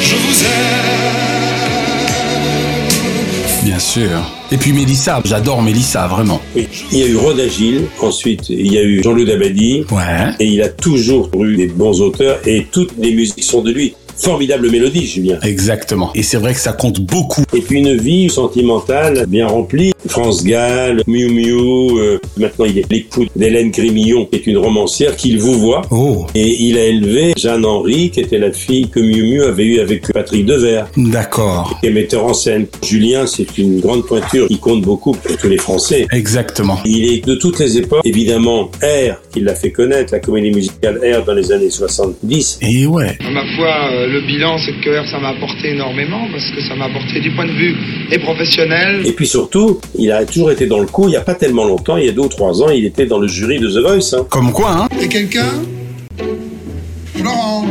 Je vous aime,
Bien sûr. Et puis Mélissa, j'adore Mélissa, vraiment.
Oui. Il y a eu Rodagile, ensuite il y a eu Jean-Louis Dabadi, et il a toujours eu des bons auteurs, et toutes les musiques sont de lui. Formidable mélodie, Julien.
Exactement. Et c'est vrai que ça compte beaucoup.
Et puis une vie sentimentale bien remplie. France Gall, Miu Miu, euh, maintenant il est l'époux d'Hélène Grémillon, qui est une romancière qu'il vous voit.
Oh,
Et il a élevé Jeanne Henry, qui était la fille que Miu Miu avait eue avec Patrick Devers.
D'accord.
Et metteur en scène. Julien, c'est une grande pointure qui compte beaucoup pour tous les Français.
Exactement.
Il est de toutes les époques, évidemment, R, qui l'a fait connaître, la comédie musicale R dans les années 70.
Et ouais.
À ma foi, euh, le bilan, c'est que R, ça m'a apporté énormément parce que ça m'a apporté du point de vue et professionnel.
Et puis surtout, il a toujours été dans le coup, il n'y a pas tellement longtemps, il y a deux ou trois ans, il était dans le jury de The Voice.
Comme quoi, hein
Et quelqu'un Laurent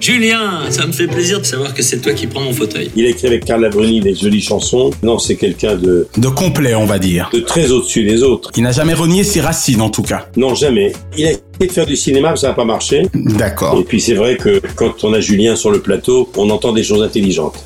Julien, ça me fait plaisir de savoir que c'est toi qui prends mon fauteuil.
Il a écrit avec Carla Bruni des jolies chansons. Non, c'est quelqu'un de,
De complet, on va dire.
de très au-dessus des autres.
Il n'a jamais renié ses racines, en tout cas.
Non, jamais. Il a essayé de faire du cinéma, mais ça n'a pas marché.
D'accord.
Et puis c'est vrai que quand on a Julien sur le plateau, on entend des choses intelligentes.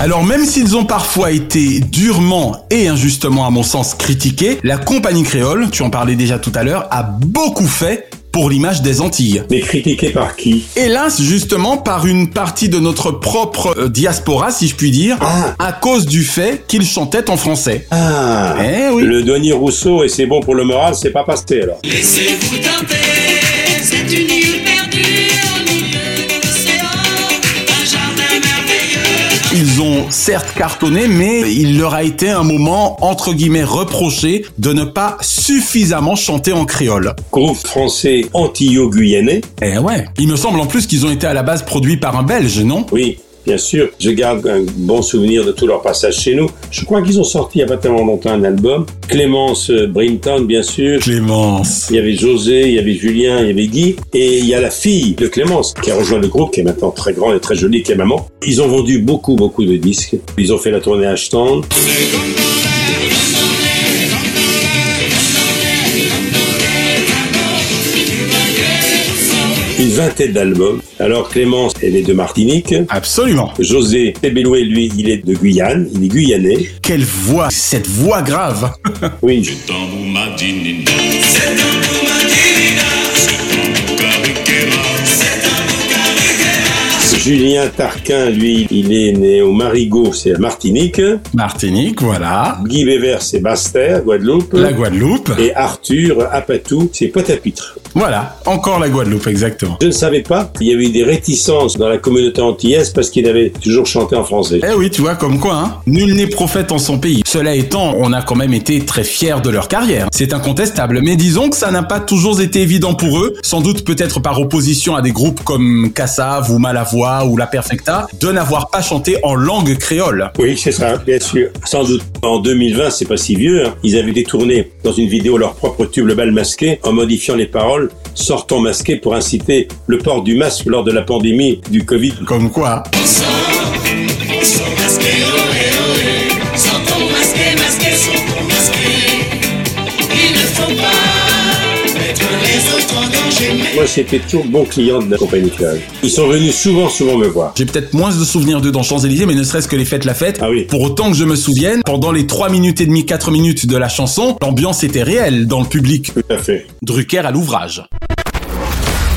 Alors même s'ils ont parfois été durement et injustement à mon sens critiqués, la compagnie créole, tu en parlais déjà tout à l'heure, a beaucoup fait pour l'image des Antilles.
Mais critiqué par qui
Hélas, justement, par une partie de notre propre euh, diaspora, si je puis dire, à cause du fait qu'ils chantaient en français.
Ah
Eh oui.
Le douanier Rousseau, et c'est bon pour le moral, c'est pas passé alors.
Laissez-vous tenter, c'est une île perdue au milieu de l'océan, un jardin merveilleux.
Ils ont certes cartonné, mais il leur a été un moment, entre guillemets, reproché de ne pas suffisamment chanter en créole.
Groupe français antillo-guyanais.
Eh ouais. Il me semble en plus qu'ils ont été à la base produits par un Belge, non
Oui, bien sûr. Je garde un bon souvenir de tout leur passage chez nous. Je crois qu'ils ont sorti il n'y a pas tellement longtemps un album. Clémence euh, Brinton, bien sûr.
Clémence.
Il y avait José, il y avait Julien, il y avait Guy. Et il y a la fille de Clémence qui a rejoint le groupe, qui est maintenant très grande et très jolie, qui est maman. Ils ont vendu beaucoup, beaucoup de disques. Ils ont fait la tournée Ashton. Une vingtaine d'albums. Alors Clémence, elle est de Martinique.
Absolument.
José Tebeloué, lui, il est de Guyane. Il est guyanais.
Quelle voix, cette voix grave.
Oui.
Tambou Madinina. C'est Tambou Madinina. C'est Tambou Karikera. C'est Tambou Karikera.
Julien Tarquin, lui, il est né au Marigot, c'est la Martinique.
(laughs) Martinique, voilà.
Guy Weber, c'est Basse-Terre, Guadeloupe.
La Guadeloupe.
Et Arthur Apatou, c'est Pointe-à-Pitre.
Voilà, encore la Guadeloupe, exactement.
Je ne savais pas, il y avait eu des réticences dans la communauté antillaise parce qu'il avait toujours chanté en français.
Eh oui, tu vois, comme quoi, hein. Nul n'est prophète en son pays. Cela étant, on a quand même été très fiers de leur carrière. C'est incontestable. Mais disons que ça n'a pas toujours été évident pour eux. Sans doute peut-être par opposition à des groupes comme Cassav ou Malavoie ou La Perfecta, de n'avoir pas chanté en langue créole.
Oui, c'est ça, bien sûr. Sans doute, en 2020, c'est pas si vieux, hein, ils avaient détourné dans une vidéo leur propre tube Le Bal Masqué en modifiant les paroles « Sortons masqués » pour inciter le port du masque lors de la pandémie du Covid.
Comme quoi
On sort, on sort masqué, ohé, ohé. Sortons masqués, masqués, sortons masqués. Il ne faut pas mettre les autres en danger.
Moi, c'était toujours bon client de la compagnie Créole. Ils sont venus souvent, souvent me voir.
J'ai peut-être moins de souvenirs d'eux dans Champs-Élysées, mais ne serait-ce que les fêtes la fête. Pour autant que je me souvienne, pendant les 3 minutes et demie, 4 minutes de la chanson, l'ambiance était réelle dans le public.
Tout à fait.
Drucker à l'ouvrage.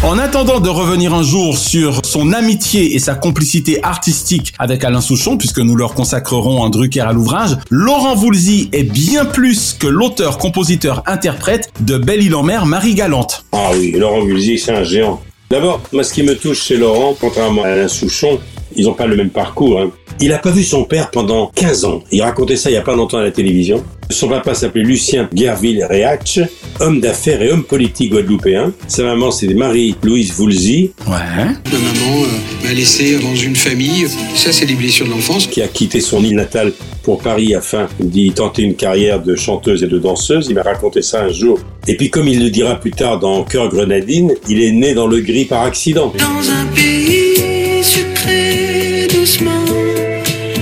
En attendant de revenir un jour sur son amitié et sa complicité artistique avec Alain Souchon, puisque nous leur consacrerons un Drucker à l'ouvrage, Laurent Voulzy est bien plus que l'auteur, compositeur, interprète de Belle-Île-en-Mer, Marie Galante.
Ah oui, Laurent Mulzy, c'est un géant. D'abord, moi, ce qui me touche chez Laurent, contrairement à Alain Souchon, ils n'ont pas le même parcours. hein. Il n'a pas vu son père pendant 15 ans. Il racontait ça il n'y a pas longtemps à la télévision. Son papa s'appelait Lucien Guerville Réach, homme d'affaires et homme politique guadeloupéen. Sa maman, c'est Marie-Louise Voulzy,
Ma maman euh, m'a laissé dans une famille. Ça, c'est les blessures de l'enfance.
qui a quitté son île natale pour Paris afin d'y tenter une carrière de chanteuse et de danseuse. Il m'a raconté ça un jour. Et puis, comme il le dira plus tard dans Cœur Grenadine, il est né dans le gris par accident.
Dans un pays sucré doucement,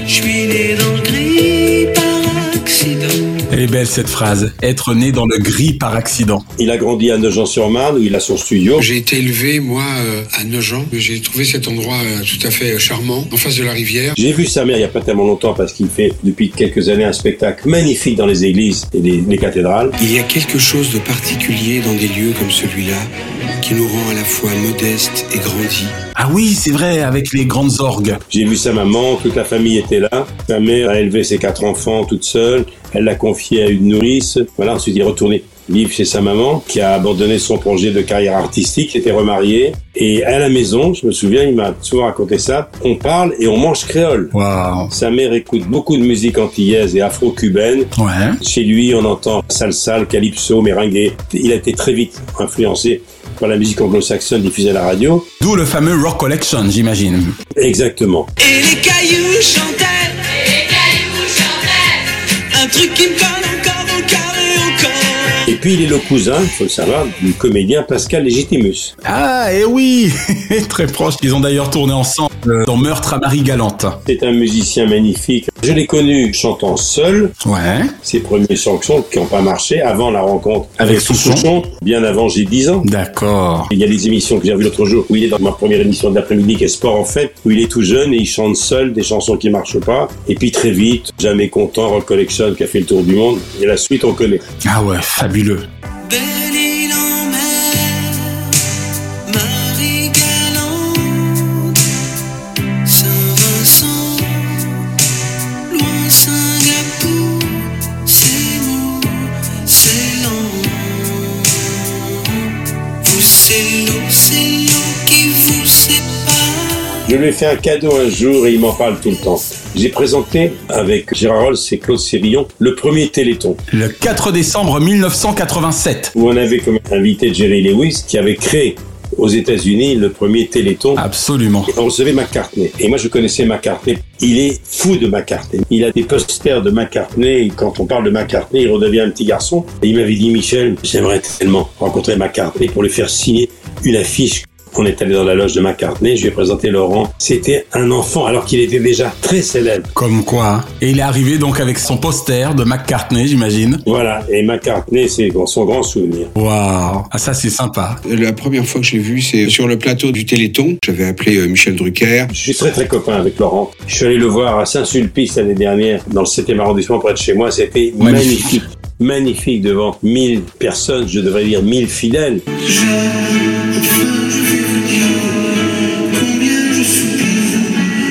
je suis né dans le gris par accident.
Elle est belle cette phrase, être né dans le gris par accident.
Il a grandi à Nogent-sur-Marne où il a son studio.
Oh. J'ai été élevé, moi, euh, à Nogent. J'ai trouvé cet endroit euh, tout à fait charmant, en face de la rivière.
J'ai vu sa mère il n'y a pas tellement longtemps parce qu'il fait depuis quelques années un spectacle magnifique dans les églises et les, les cathédrales.
Il y a quelque chose de particulier dans des lieux comme celui-là qui nous rend à la fois modeste et grandi.
Ah oui, c'est vrai, avec les grandes orgues.
J'ai vu sa maman, toute la famille était là. Sa mère a élevé ses quatre enfants toute seule. Elle l'a confié à une nourrice. Voilà, ensuite il est retourné vivre chez sa maman qui a abandonné son projet de carrière artistique, qui était remariée. Et à la maison, je me souviens, il m'a souvent raconté ça, on parle et on mange créole. Sa mère écoute beaucoup de musique antillaise et afro-cubaine. Chez lui, on entend salsa, le calypso, merengue. Il a été très vite influencé par la musique anglo-saxonne diffusée à la radio.
D'où le fameux Rock Collection, j'imagine.
Exactement.
Et les cailloux chantaient. Et les cailloux chantaient. Un truc qui me colle encore au cœur et encore.
Et puis, il est le cousin, faut le savoir, du comédien Pascal Légitimus.
Ah, et oui (laughs) Très proche. Ils ont d'ailleurs tourné ensemble euh, dans Meurtre à Marie Galante.
C'est un musicien magnifique. Je l'ai connu chantant seul. Ses premiers chansons qui n'ont pas marché avant la rencontre
Avec Souchon.
bien avant j'ai 10 ans.
D'accord.
Il y a des émissions que j'ai revues l'autre jour où il est dans ma première émission de l'après-midi qui est Sport en fait, où il est tout jeune et il chante seul des chansons qui marchent pas. Et puis très vite, Jamais content, Rock Collection qui a fait le tour du monde. Et la suite, on connaît.
Ah ouais, fabuleux.
Belle île en mer, Marie Galante, Saint-Vincent, loin Singapour, c'est nous, c'est l'an. Vous, c'est l'eau, c'est l'eau qui vous sépare.
Je lui ai fait un cadeau un jour et il m'en parle tout le temps. J'ai présenté avec Gérard Rolls et Claude Sérillon le premier Téléthon.
Le 4 décembre 1987.
où on avait comme invité Jerry Lewis qui avait créé aux États-Unis le premier Téléthon.
Absolument.
Et on recevait McCartney. Et moi, je connaissais McCartney. Il est fou de McCartney. Il a des posters de McCartney. Et quand on parle de McCartney, il redevient un petit garçon. Et il m'avait dit, Michel, j'aimerais tellement rencontrer McCartney pour lui faire signer une affiche. On est allé dans la loge de McCartney. Je lui ai présenté Laurent. C'était un enfant alors qu'il était déjà très célèbre.
Comme quoi. hein. Et il est arrivé donc avec son poster de McCartney, j'imagine.
Voilà. Et McCartney, c'est son grand souvenir.
Waouh. Ah, ça, c'est sympa.
La première fois que je l'ai vu, c'est sur le plateau du Téléthon. J'avais appelé euh, Michel Drucker.
Je suis très très copain avec Laurent. Je suis allé le voir à Saint-Sulpice l'année dernière, dans le 7e arrondissement près de chez moi. C'était magnifique. Magnifique devant 1000 personnes, je devrais dire 1000 fidèles.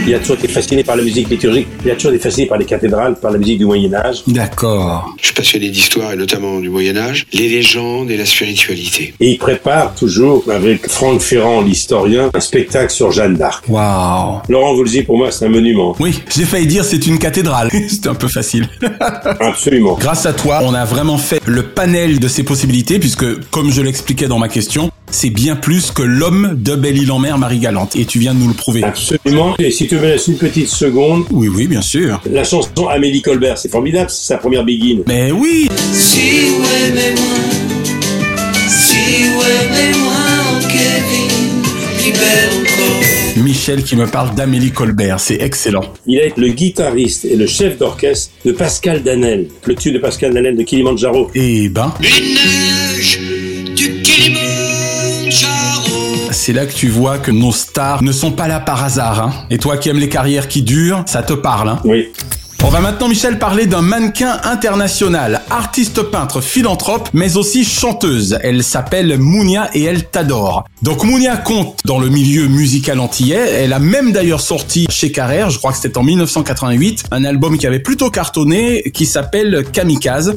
Il a toujours été fasciné par la musique liturgique, il a toujours été fasciné par les cathédrales, par la musique du Moyen-Âge.
D'accord.
Je suis passionné d'histoire et notamment du Moyen-Âge, les légendes et la spiritualité.
Et il prépare toujours, avec Franck Ferrand, l'historien, un spectacle sur Jeanne d'Arc.
Waouh.
Laurent Voulzy, pour moi, c'est un monument.
Oui, j'ai failli dire c'est une cathédrale. (laughs) C'était un peu facile.
Absolument.
Grâce à toi, on a vraiment fait le panel de ces possibilités puisque, comme je l'expliquais dans ma question, c'est bien plus que l'homme de Belle-Île-en-Mer, Marie Galante. Et tu viens de nous le prouver.
Absolument. Et si tu me laisses une petite seconde,
Oui, oui, bien sûr.
la chanson Amélie Colbert, c'est formidable, c'est sa première big
Mais oui
Si vous aimez-moi, si vous aimez-moi, oh Kevin, libère encore.
Michel qui me parle d'Amélie Colbert, c'est excellent.
Il est le guitariste et le chef d'orchestre de Pascal Danel, le tube de Pascal Danel de Kilimanjaro.
Eh ben,
Les neiges du Kilimanjaro.
c'est là que tu vois que nos stars ne sont pas là par hasard. hein. Et toi qui aimes les carrières qui durent, ça te parle. hein.
Oui.
On va maintenant, Michel, parler d'un mannequin international, artiste peintre, philanthrope, mais aussi chanteuse. Elle s'appelle Mounia et elle t'adore. Donc Mounia compte dans le milieu musical antillais. Elle a même d'ailleurs sorti chez Carrère, je crois que c'était en 1988, un album qui avait plutôt cartonné, qui s'appelle Kamikaze.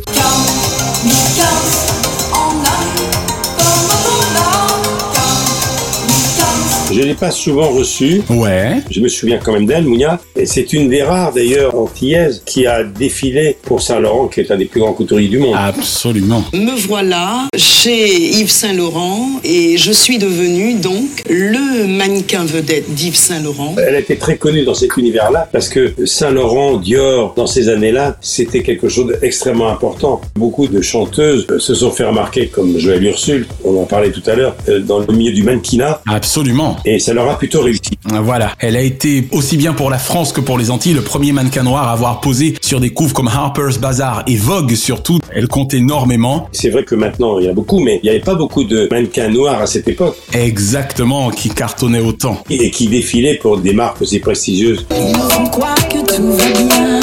Je l'ai pas souvent reçue.
Ouais.
Je me souviens quand même d'elle, Mounia. Et c'est une des rares, d'ailleurs, antillaises qui a défilé pour Saint-Laurent, qui est un des plus grands couturiers du monde.
Ah. Absolument.
Me voilà chez Yves Saint Laurent et je suis devenue donc le mannequin vedette d'Yves Saint Laurent.
Elle a été très connue dans cet univers-là parce que Saint-Laurent, Dior, dans ces années-là, c'était quelque chose d'extrêmement important. Beaucoup de chanteuses euh, se sont fait remarquer, comme Joël Ursule, on en parlait tout à l'heure, euh, dans le milieu du mannequinat.
Absolument.
Et ça leur a plutôt réussi.
Voilà, elle a été aussi bien pour la France que pour les Antilles le premier mannequin noir à avoir posé sur des couves comme Harper's Bazaar et Vogue surtout. Elle compte énormément.
C'est vrai que maintenant, il y en a beaucoup, mais il n'y avait pas beaucoup de mannequins noirs à cette époque
Exactement, qui cartonnait autant.
et qui défilaient pour des marques aussi prestigieuses.
Ils nous font croire que tout va bien,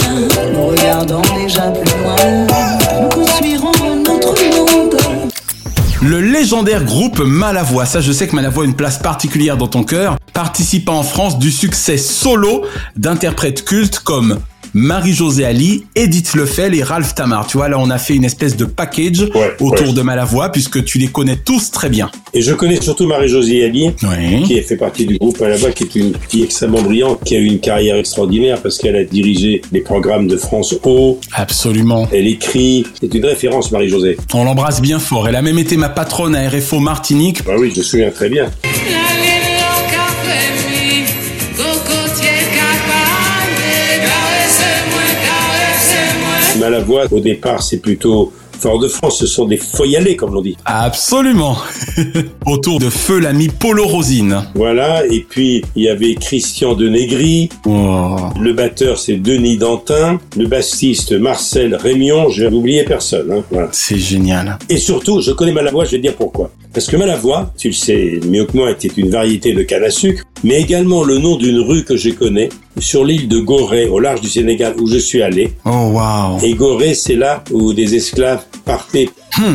nous regardons déjà plus loin, nous construirons notre monde.
Le légendaire groupe Malavoie, ça je sais que Malavoie a une place particulière dans ton cœur, participa en France du succès solo d'interprètes cultes comme Marie-Josée Ali, Edith Lefel et Ralph Tamar. Tu vois, là on a fait une espèce de package autour de Malavoie puisque tu les connais tous très bien.
Et je connais surtout Marie-Josée Ali, qui fait partie du groupe Alava, qui est une fille extrêmement brillante, qui a eu une carrière extraordinaire parce qu'elle a dirigé les programmes de France O.
Absolument.
Elle écrit. C'est une référence, Marie-Josée.
On l'embrasse bien fort. Elle a même été ma patronne à RFO Martinique.
Bah oui, je me souviens très bien. Malavoie, au départ, c'est plutôt Fort de France. Ce sont des foyalés, comme l'on dit.
Absolument. (laughs) Autour de feu l'ami Polo Rosine.
Voilà, et puis il y avait Christian de Negri.
Oh,
Le batteur, c'est Denis Dantin. Le bassiste, Marcel Rémion. Je vais oublier personne. hein. Voilà.
C'est génial.
Et surtout, je connais Malavoie, je vais te dire pourquoi. Parce que Malavoie, tu le sais mieux que moi, était une variété de canne à sucre, mais également le nom d'une rue que je connais, sur l'île de Gorée, au large du Sénégal, où je suis allé.
Oh waouh.
Et Gorée, c'est là où des esclaves partaient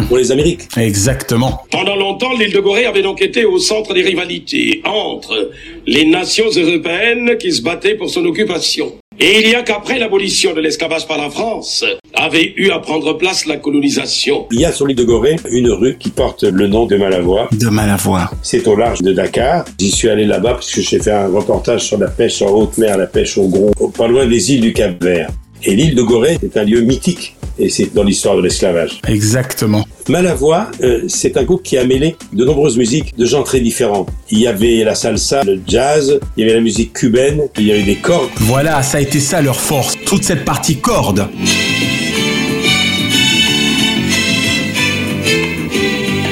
pour les Amériques.
Exactement.
Pendant longtemps, l'île de Gorée avait donc été au centre des rivalités entre les nations européennes qui se battaient pour son occupation. Et il y a qu'après l'abolition de l'esclavage par la France, avait eu à prendre place la colonisation.
Il y a sur l'île de Gorée une rue qui porte le nom de Malavoie.
De Malavoie.
C'est au large de Dakar. J'y suis allé là-bas parce que j'ai fait un reportage sur la pêche en haute mer, la pêche au gros, au- pas loin des îles du Cap Vert. Et l'île de Gorée est un lieu mythique et c'est dans l'histoire de l'esclavage.
Exactement.
Malavoie, euh, c'est un groupe qui a mêlé de nombreuses musiques de genres très différents. Il y avait la salsa, le jazz, il y avait la musique cubaine, il y avait des cordes.
Voilà, ça a été ça leur force. Toute cette partie corde.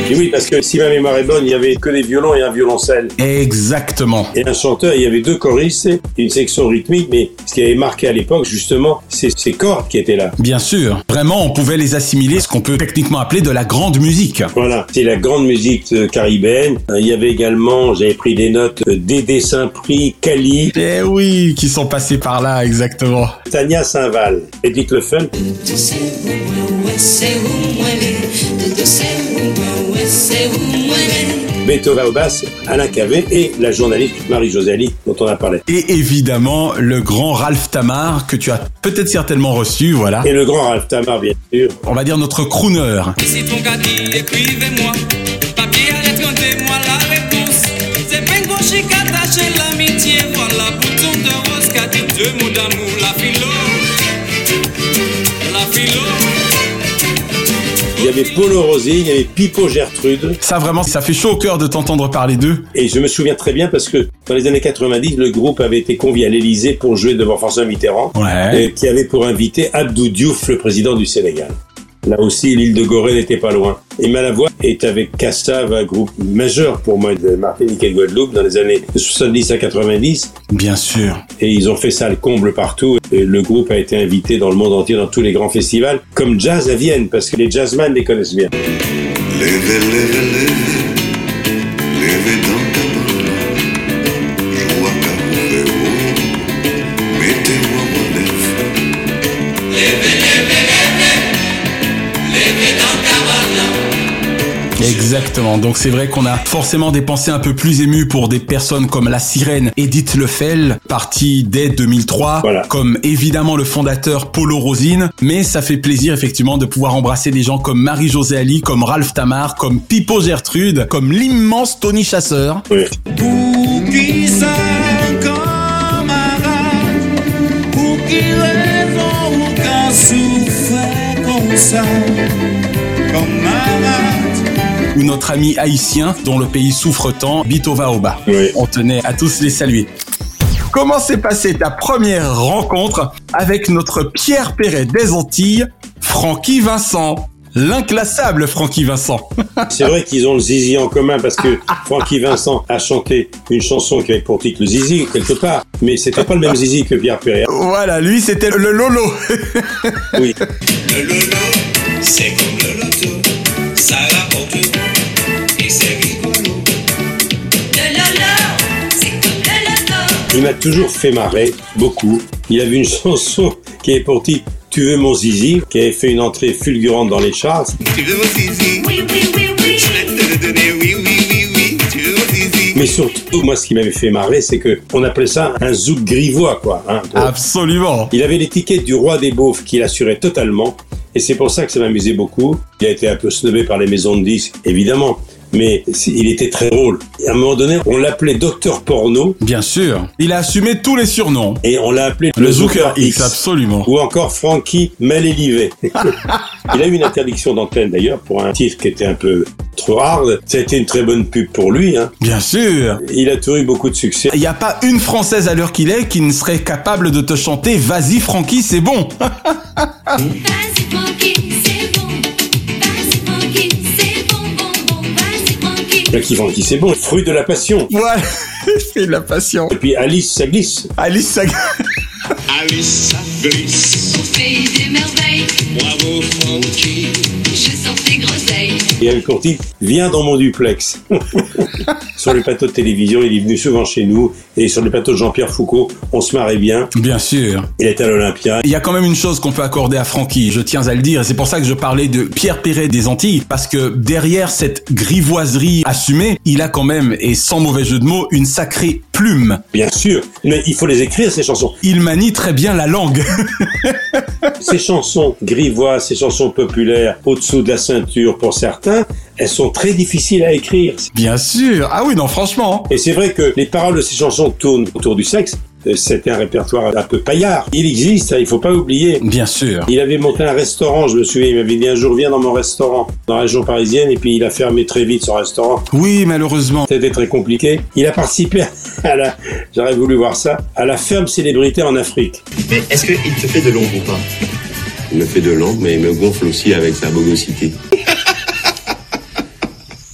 Et oui, parce que si ma mémoire est bonne, il y avait que des violons et un violoncelle.
Exactement.
Et un chanteur, il y avait deux choristes, une section rythmique, mais ce qui avait marqué à l'époque, justement, c'est ces cordes qui étaient là.
Bien sûr. Vraiment, on pouvait les assimiler, ce qu'on peut techniquement appeler de la grande musique.
Voilà, c'est la grande musique euh, caribéenne. Euh, Il y avait également, j'avais pris des notes, euh, Dédé Saint-Prix, Cali,
Eh oui, qui sont passés par là, exactement.
Tania Saint-Val, Edith Lefun. Beethoven au basse, Alain Cavé et la journaliste Marie-Josée Ali, dont on a parlé.
Et évidemment, le grand Ralph Tamar, que tu as peut-être certainement reçu, voilà.
Et le grand Ralph Tamar, bien sûr.
On va dire notre crooner.
Ici ton caddie, écrivez-moi. Papier à lettre, rendez-moi la réponse. C'est Ben Bengo Chica, tâchez l'amitié. Voilà bouton de rose, caddie, deux mots d'amour. La philo, la philo.
Il y avait Polo Rosé, il y avait Pipo Gertrude.
Ça vraiment, ça fait chaud au cœur de t'entendre parler d'eux.
Et je me souviens très bien parce que dans les années 90, le groupe avait été convié à l'Élysée pour jouer devant François Mitterrand,
Ouais.
euh, qui avait pour invité Abdou Diouf, le président du Sénégal. Là aussi, l'île de Gorée n'était pas loin. Et Malavoie est avec Cassav un groupe majeur pour moi de Martinique et de Guadeloupe dans les années 70 à 90.
Bien sûr.
Et ils ont fait ça le comble partout. Et le groupe a été invité dans le monde entier, dans tous les grands festivals, comme jazz à Vienne, parce que les jazzman les connaissent bien.
Lève, lève, lève, lève dans ta main. Joie à mon vélo. Mettez-moi mon lèvre.
Exactement. Donc c'est vrai qu'on a forcément des pensées un peu plus émues pour des personnes comme la sirène Edith Lefel, partie dès 2003, comme évidemment le fondateur Paulo Rosine, mais ça fait plaisir effectivement de pouvoir embrasser des gens comme Marie-Josée Ali, comme Ralph Tamar, comme Pipo Gertrude, comme l'immense Tony Chasseur.
Qui ça comme un rat Pour qui rêvons ou qu'un souffle comme ça Comme un rat
ou notre ami haïtien dont le pays souffre tant, Bitova Oba. On tenait à tous les saluer. Comment s'est passée ta première rencontre avec notre Pierre Perret des Antilles, Francky Vincent L'inclassable Francky Vincent. (laughs)
C'est vrai qu'ils ont le zizi en commun parce que Francky Vincent a chanté une chanson qui avait pour titre le zizi quelque part, mais c'était pas le même zizi que Pierre Perret.
Voilà, lui c'était le Lolo. (laughs)
Oui.
Le lolo, c'est comme le loto Ça rapporte et c'est rigolo Le lolo, c'est comme le loto
Il m'a toujours fait marrer, beaucoup. Il avait une (laughs) chanson qui est pour titre Tu veux mon zizi, qui avait fait une entrée fulgurante dans les charts.
Tu veux mon zizi Oui, oui, oui, oui Je vais te le donner, oui, oui, oui, oui Tu veux mon zizi
Mais surtout, moi, ce qui m'avait fait marrer, c'est que on appelait ça un zouk grivois, quoi. hein.
Ah. Absolument.
Il avait l'étiquette du roi des beaufs qu'il assurait totalement, et c'est pour ça que ça m'amusait beaucoup. Il a été un peu snobé par les maisons de disques, évidemment. Mais c'est- il était très drôle. Et à un moment donné, on l'appelait Docteur Porno.
Bien sûr. Il a assumé tous les surnoms.
Et on l'a appelé
Le
le,
Zouker
Zouker
X, absolument.
Ou encore Frankie Malélivet. il a eu une interdiction d'antenne d'ailleurs pour un titre qui était un peu trop hard. Ça a été une très bonne pub pour lui. hein.
Bien sûr.
Il a toujours eu beaucoup de succès.
Il n'y a pas une Française à l'heure qu'il est qui ne serait capable de te chanter Vas-y Francky, c'est bon.
Vas-y, Francky, c'est bon Vas-y, Francky, c'est bon, bon, bon Vas-y, Francky
Jackie Frankie, c'est bon. Fruit de la passion.
Voilà, (laughs) c'est de la passion.
Et puis Alice, ça glisse.
Alice, ça
Alice, ça glisse
Au pays des merveilles,
Bravo, Francky
je sens tes groseilles.
Et avec Courtis, viens dans mon duplex. sur les plateaux de télévision, il est venu souvent chez nous. Et sur les plateaux de Jean-Pierre Foucault, on se marrait bien.
Bien sûr.
Il était à l'Olympia.
Il y a quand même une chose qu'on peut accorder à Francky, je tiens à le dire, et c'est pour ça que je parlais de Pierre Perret des Antilles, parce que derrière cette grivoiserie assumée, il a quand même, et sans mauvais jeu de mots, une sacrée plume.
Bien sûr, mais il faut les écrire, ces chansons.
Il manie très bien la langue. (laughs)
Ces chansons grivois, ces chansons populaires, au-dessous de la ceinture pour certains, elles sont très difficiles à écrire.
Bien sûr. Ah oui, non, franchement.
Et c'est vrai que les paroles de ces chansons tournent autour du sexe. Euh, C'était un répertoire un peu paillard. Il existe, hein, il faut pas oublier.
Bien sûr.
Il avait monté un restaurant, je me souviens, il m'avait dit un jour viens dans mon restaurant, dans la région parisienne, et puis il a fermé très vite son restaurant.
Oui, malheureusement.
C'était très compliqué. Il a participé (laughs) à la, j'aurais voulu voir ça, à la ferme célébrité en Afrique.
Mais est-ce qu'il te fait de l'ombre ou pas Il me fait de l'ombre, mais il me gonfle aussi avec sa bogosité. (laughs)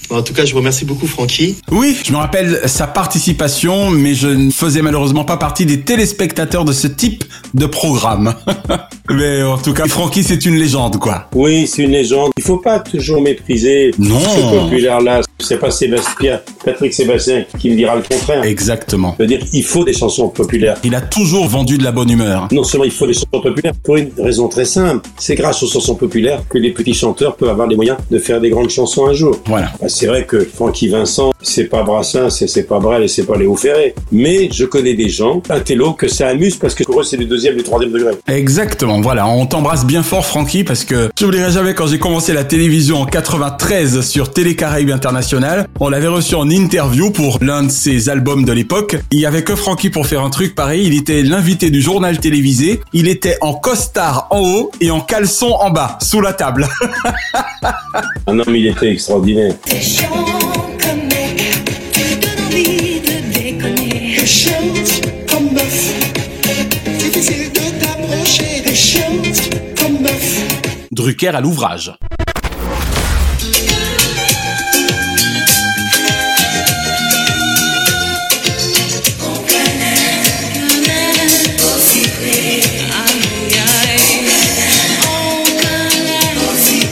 en tout cas, je vous remercie beaucoup, Francky.
Oui, je me rappelle sa participation, mais je ne faisais malheureusement pas partie des téléspectateurs de ce type de programme. (laughs) mais en tout cas, Francky, c'est une légende, quoi.
Oui, c'est une légende. Il faut pas toujours mépriser
Non.
ce populaire-là. C'est pas Sébastien, Patrick Sébastien qui me dira le contraire.
Exactement.
Je veux dire, il faut des chansons populaires.
Il a toujours vendu de la bonne humeur.
Non seulement il faut des chansons populaires, pour une raison très simple, c'est grâce aux chansons populaires que les petits chanteurs peuvent avoir les moyens de faire des grandes chansons un jour.
Voilà.
Bah, c'est vrai que Francky Vincent, c'est pas Brassens, c'est, c'est pas Brel et c'est pas Léo Ferré. Mais je connais des gens, un télo, que ça amuse parce que pour eux c'est du deuxième, du troisième degré.
Exactement, voilà, on t'embrasse bien fort Francky parce que j'oublierai jamais quand j'ai commencé la télévision en 93 sur Télé Caraïbes International, on l'avait reçu en interview pour l'un de ses albums de l'époque. Il y avait que Francky pour faire un truc pareil, il était l'invité du journal télévisé, il était en costard en haut et en caleçon en bas, sous la table.
Un homme, il était extraordinaire.
T'es chiant comme mec, tu donnes envie de déconner. T'es chiante comme meuf, difficile de t'approcher. T'es chiante comme meuf.
Drucker à l'ouvrage.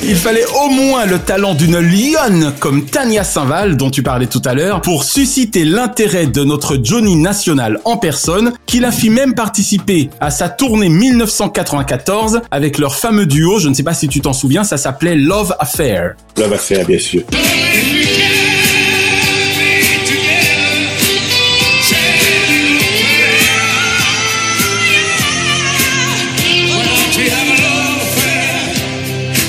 Il fallait au moins le talent d'une lionne comme Tania Saint-Val, dont tu parlais tout à l'heure, pour susciter l'intérêt de notre Johnny National en personne, qui la fit même participer à sa tournée 1994 avec leur fameux duo, je ne sais pas si tu t'en souviens, ça s'appelait Love Affair.
Love Affair, bien sûr.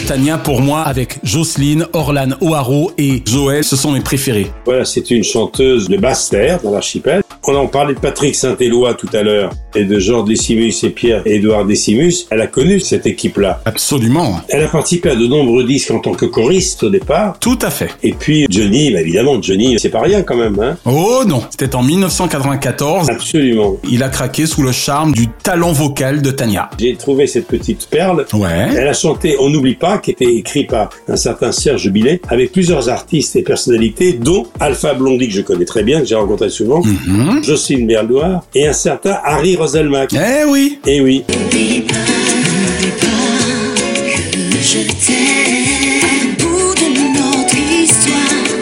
Tania, pour moi, avec Jocelyne, Orlan O'Haro et Joël, ce sont mes préférés.
Voilà, c'est une chanteuse de Basse-Terre, dans l'archipel. On en parlait de Patrick Saint-Éloi tout à l'heure et de Georges Décimus et Pierre-Édouard Décimus. Elle a connu cette équipe-là.
Absolument.
Elle a participé à de nombreux disques en tant que choriste au départ.
Tout à fait.
Et puis Johnny, bah, évidemment, Johnny, c'est pas rien quand même. Hein
Oh non, c'était en 1994.
Absolument.
Il a craqué sous le charme du talent vocal de Tania.
J'ai trouvé cette petite perle.
Ouais.
Elle a chanté On n'oublie pas, qui était écrit par un certain Serge Billet, avec plusieurs artistes et personnalités, dont Alpha Blondy, que je connais très bien, que j'ai rencontré souvent, Jocelyne Berdoir, et un certain Harry Roselmack.
Eh oui
Eh oui
Je t'aime bout de notre histoire.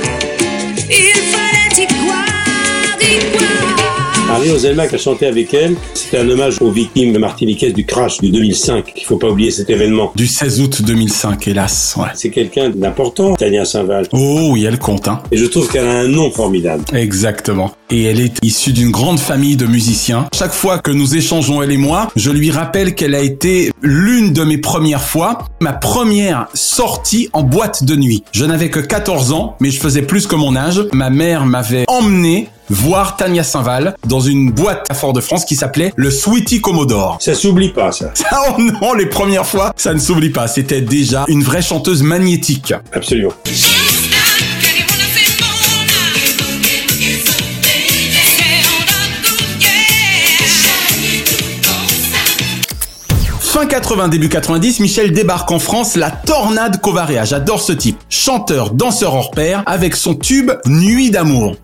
Il fallait y croire, y croire.
Harry Roselmack a chanté avec elle. C'était un hommage aux victimes martiniquaises du crash de 2005, qu'il faut pas oublier cet événement.
Du 16 août 2005, hélas. Ouais.
C'est quelqu'un d'important, Tania Saint-Val.
Oh oui, elle compte, hein.
Et je trouve qu'elle a un nom formidable.
Exactement. Et elle est issue d'une grande famille de musiciens. Chaque fois que nous échangeons, elle et moi, je lui rappelle qu'elle a été l'une de mes premières fois, ma première sortie en boîte de nuit. Je n'avais que 14 ans, mais je faisais plus que mon âge. Ma mère m'avait emmené voir Tania Saint-Val dans une boîte à Fort-de-France qui s'appelait le Sweetie Commodore.
Ça s'oublie pas, ça.
Ça, (laughs) oh non, les premières fois, ça ne s'oublie pas. C'était déjà une vraie chanteuse magnétique.
Absolument.
Fin 80, début 90, Michel débarque en France la Tornade Covarea. J'adore ce type. Chanteur, danseur hors pair, avec son tube Nuit d'amour.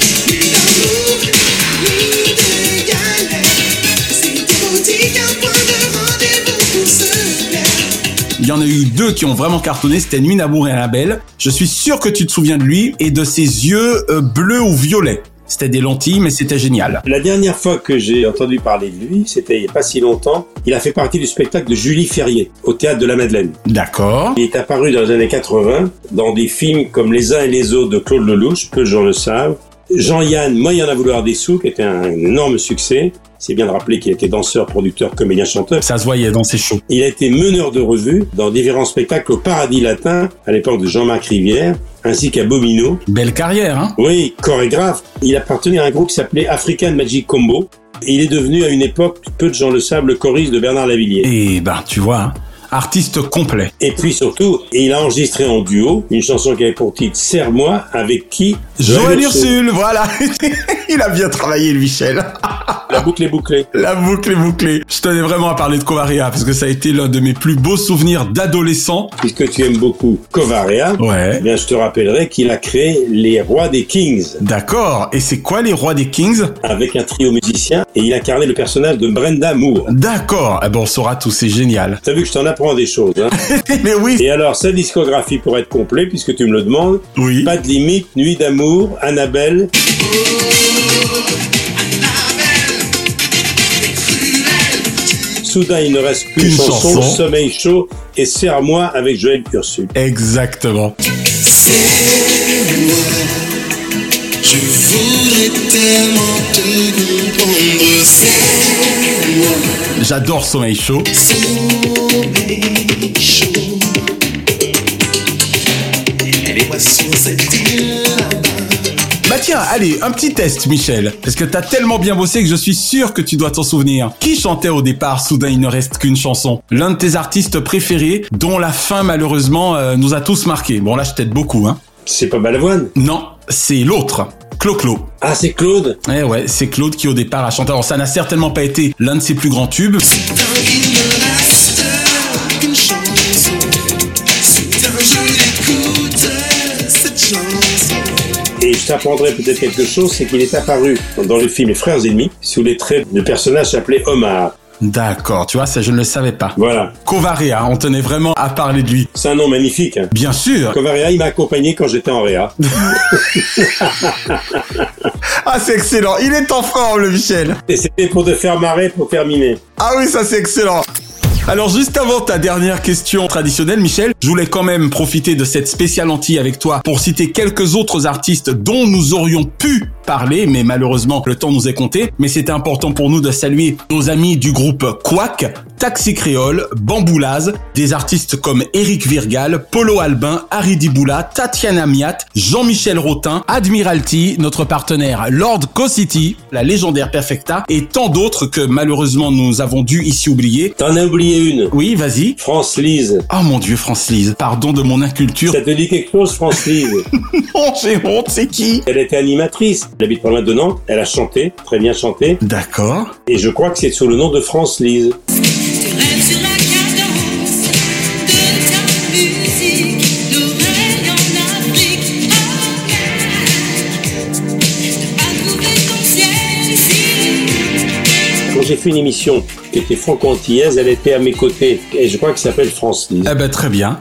Il y en a eu deux qui ont vraiment cartonné, c'était Nuit d'amour et Annabelle. Je suis sûr que tu te souviens de lui et de ses yeux euh, bleus ou violets. C'était des lentilles, mais c'était génial.
La dernière fois que j'ai entendu parler de lui, c'était il n'y a pas si longtemps. Il a fait partie du spectacle de Julie Ferrier au théâtre de la Madeleine.
D'accord.
Il est apparu dans les années 80 dans des films comme Les uns et les autres de Claude Lelouch, peu de gens le savent. Jean-Yann, moi, il y en a vouloir des sous, qui était un énorme succès. C'est bien de rappeler qu'il était danseur, producteur, comédien, chanteur.
Ça se voyait dans ses shows.
Il a été meneur de revue dans différents spectacles au Paradis Latin, à l'époque de Jean-Marc Rivière, ainsi qu'à Bobino.
Belle carrière, hein
Oui, chorégraphe. Il appartenait à un groupe qui s'appelait African Magic Combo. Et il est devenu à une époque, peu de gens le savent, le choriste de Bernard Lavillier.
Eh ben, tu vois, hein, artiste complet.
Et puis surtout, il a enregistré en duo une chanson qui avait pour titre Serre-moi, avec qui
Joël Ursule, voilà (laughs) Il a bien travaillé, le Michel.
La boucle est bouclée.
La boucle est bouclée. Je tenais vraiment à parler de Covaria, parce que ça a été l'un de mes plus beaux souvenirs d'adolescent.
Puisque tu aimes beaucoup Covaria,
Ouais.
eh bien, je te rappellerai qu'il a créé Les Rois des Kings
D'accord. Et c'est quoi les rois des Kings
avec un trio musicien et il incarnait le personnage de Brenda Moore.
D'accord. Eh ben, on saura tout, c'est génial. (laughs)
T'as vu que je t'en apprends des choses. Hein
Mais oui.
Et alors, sa discographie pour être complet, puisque tu me le demandes,
Oui.
Pas de limite, Nuit d'amour, Annabelle, Soudain il ne reste plus
Une
chanson,
chanson.
Sommeil chaud et Serre-moi avec Joël Ursule.
Exactement.
Je voudrais tellement te comprendre. C'est moi.
J'adore Sommeil Chaud.
Sommeil chaud. Et moi sur cette île
Bah tiens, allez, un petit test, Michel. Parce que t'as tellement bien bossé que je suis sûr que tu dois t'en souvenir. Qui chantait au départ Soudain il ne reste qu'une chanson L'un de tes artistes préférés, dont la fin malheureusement euh, nous a tous marqués. Bon là, je t'aide beaucoup, hein.
C'est pas Balavoine
Non, c'est l'autre. Clo-Clo.
Ah, c'est Claude
Eh ouais, c'est Claude qui au départ a chanté. Alors ça n'a certainement pas été l'un de ses plus grands tubes.
Il me reste qu'une chanson. Soudain je l'écoute, cette chanson.
Et je t'apprendrai peut-être quelque chose, c'est qu'il est apparu dans le film Les Frères Ennemis sous les traits de personnage appelé Omar.
D'accord, tu vois, ça je ne le savais pas.
Voilà.
Kovaria, on tenait vraiment à parler de lui.
C'est un nom magnifique. hein.
Bien sûr.
Covaria, il m'a accompagné quand j'étais en réa.
Ah, c'est excellent. Il est en forme, le Michel.
Et c'était pour te faire marrer, pour terminer.
Ah oui, ça c'est excellent. Alors juste avant ta dernière question traditionnelle, Michel, je voulais quand même profiter de cette spéciale anti avec toi pour citer quelques autres artistes dont nous aurions pu parler, mais malheureusement le temps nous est compté. Mais c'était important pour nous de saluer nos amis du groupe Quack, Taxi Créole, Bamboulaz, des artistes comme Eric Virgal, Polo Albin, Harry Diboula, Tatiana Miat, Jean-Michel Rotin, Admiralty, notre partenaire Lord Co-City, la légendaire Perfecta et tant d'autres que malheureusement nous avons dû ici oublier.
T'en as oublié une.
Oui, vas-y.
France Lise.
Oh mon dieu, France Lise, pardon de mon inculture.
Ça te dit quelque chose, France Lise
Non, j'ai honte, c'est qui
Elle était animatrice. Elle habite pas loin de Nantes. Elle a chanté, très bien chanté.
D'accord.
Et je crois que c'est sous le nom de France Lise. Quand j'ai fait une émission qui était franco-antillaise, elle était à mes côtés. Et je crois qu'elle s'appelle France Lise.
Eh ben très bien.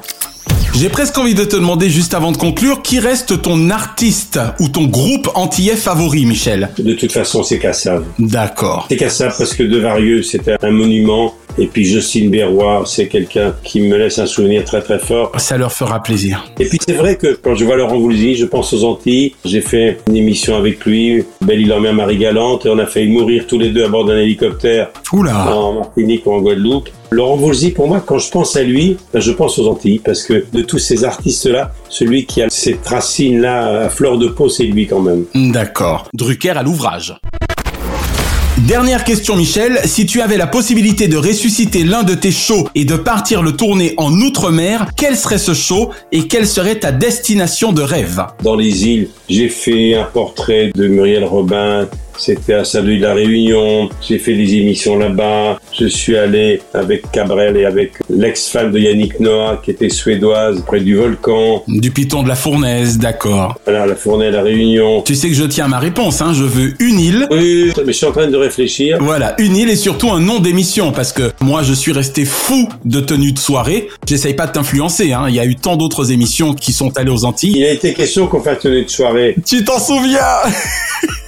J'ai presque envie de te demander juste avant de conclure qui reste ton artiste ou ton groupe antillais favori, Michel.
De toute façon, c'est Cassave.
D'accord.
C'est Cassave parce que De Varieux, c'était un monument. Et puis Justine Berroir, c'est quelqu'un qui me laisse un souvenir très très fort.
Ça leur fera plaisir.
Et puis c'est vrai que quand je vois Laurent Voulzy, je pense aux Antilles. J'ai fait une émission avec lui, Belle île en mer Marie Galante, et on a failli mourir tous les deux à bord d'un hélicoptère
Oula.
en Martinique ou en Guadeloupe. Laurent Voulzy, pour moi, quand je pense à lui, ben, je pense aux Antilles, parce que de tous ces artistes-là, celui qui a cette racine-là à fleur de peau, c'est lui quand même.
D'accord. Drucker à l'ouvrage. Dernière question Michel, si tu avais la possibilité de ressusciter l'un de tes shows et de partir le tourner en outre-mer, quel serait ce show et quelle serait ta destination de rêve
Dans les îles, j'ai fait un portrait de Muriel Robin. C'était à Saint-Louis de la Réunion. J'ai fait des émissions là-bas. Je suis allé avec Cabrel et avec l'ex-femme de Yannick Noah, qui était suédoise, près du volcan.
Du piton de la fournaise, d'accord.
Voilà, la fournée à la Réunion.
Tu sais que je tiens à ma réponse, hein, je veux une île.
Oui, mais je suis en train de réfléchir.
Voilà, une île et surtout un nom d'émission parce que moi je suis resté fou de tenue de soirée. J'essaye pas de t'influencer, hein. il y a eu tant d'autres émissions qui sont allées aux Antilles.
Il a été question qu'on fasse tenue de soirée.
Tu t'en souviens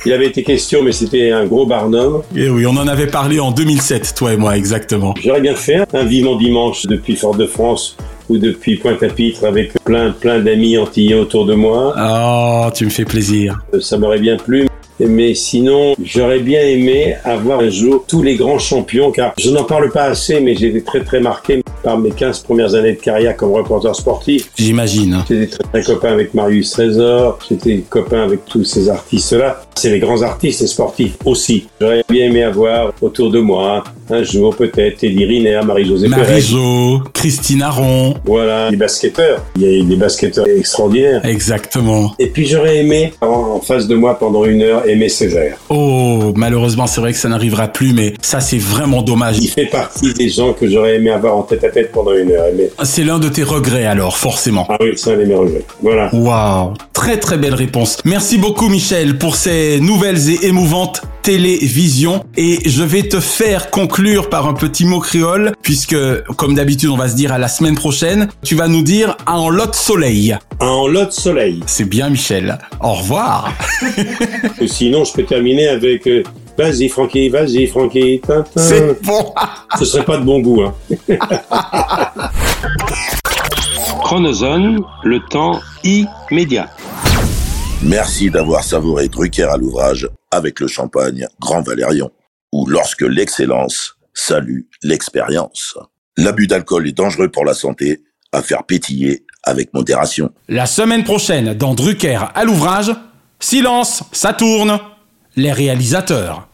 Il avait été question, mais c'était un gros barnum.
Et Eh oui, on en avait parlé en 2007, toi et moi exactement.
J'aurais bien fait hein. un vivant dimanche depuis Fort-de-France ou depuis Pointe-à-Pitre avec plein, plein d'amis antillais autour de moi.
Oh, tu me fais plaisir.
Euh, ça m'aurait bien plu. Mais sinon, j'aurais bien aimé avoir un jour tous les grands champions, car je n'en parle pas assez, mais j'ai été très très marqué par mes 15 premières années de carrière comme reporter sportif.
J'imagine.
J'étais très, très copain avec Marius Trésor, j'étais copain avec tous ces artistes-là. C'est les grands artistes et sportifs aussi. J'aurais bien aimé avoir autour de moi, un jour peut-être, Teddy Riner, Marie-Josée Perret.
Marie-Jo, Christine Aron.
Voilà, les basketteurs. Il y a eu des basketteurs extraordinaires.
Exactement.
Et puis j'aurais aimé, en, en face de moi pendant une heure, Aimé Césaire.
Oh, malheureusement, c'est vrai que ça n'arrivera plus, mais ça, c'est vraiment dommage.
Il fait partie des gens que j'aurais aimé avoir en tête à tête pendant une heure. Aimé.
C'est l'un de tes regrets, alors, forcément.
Ah oui, c'est un de mes regrets. Voilà.
Waouh. Très, très belle réponse. Merci beaucoup, Michel, pour ces nouvelles et émouvantes télévisions. Et je vais te faire conclure par un petit mot créole, puisque, comme d'habitude, on va se dire à la semaine prochaine. Tu vas nous dire à en lot soleil.
En lot de soleil.
C'est bien, Michel. Au revoir.
Et sinon, je peux terminer avec euh, Vas-y, Francky, vas-y, Francky. Tintin.
(laughs) C'est bon.
Ce serait pas de bon goût. Hein.
Chronozone, le temps immédiat.
Merci d'avoir savouré Drucker à l'ouvrage avec le champagne Grand Valérion, ou lorsque l'excellence salue l'expérience. L'abus d'alcool est dangereux pour la santé, à faire pétiller avec modération.
La semaine prochaine, dans Drucker à l'ouvrage, silence, ça tourne. Les réalisateurs.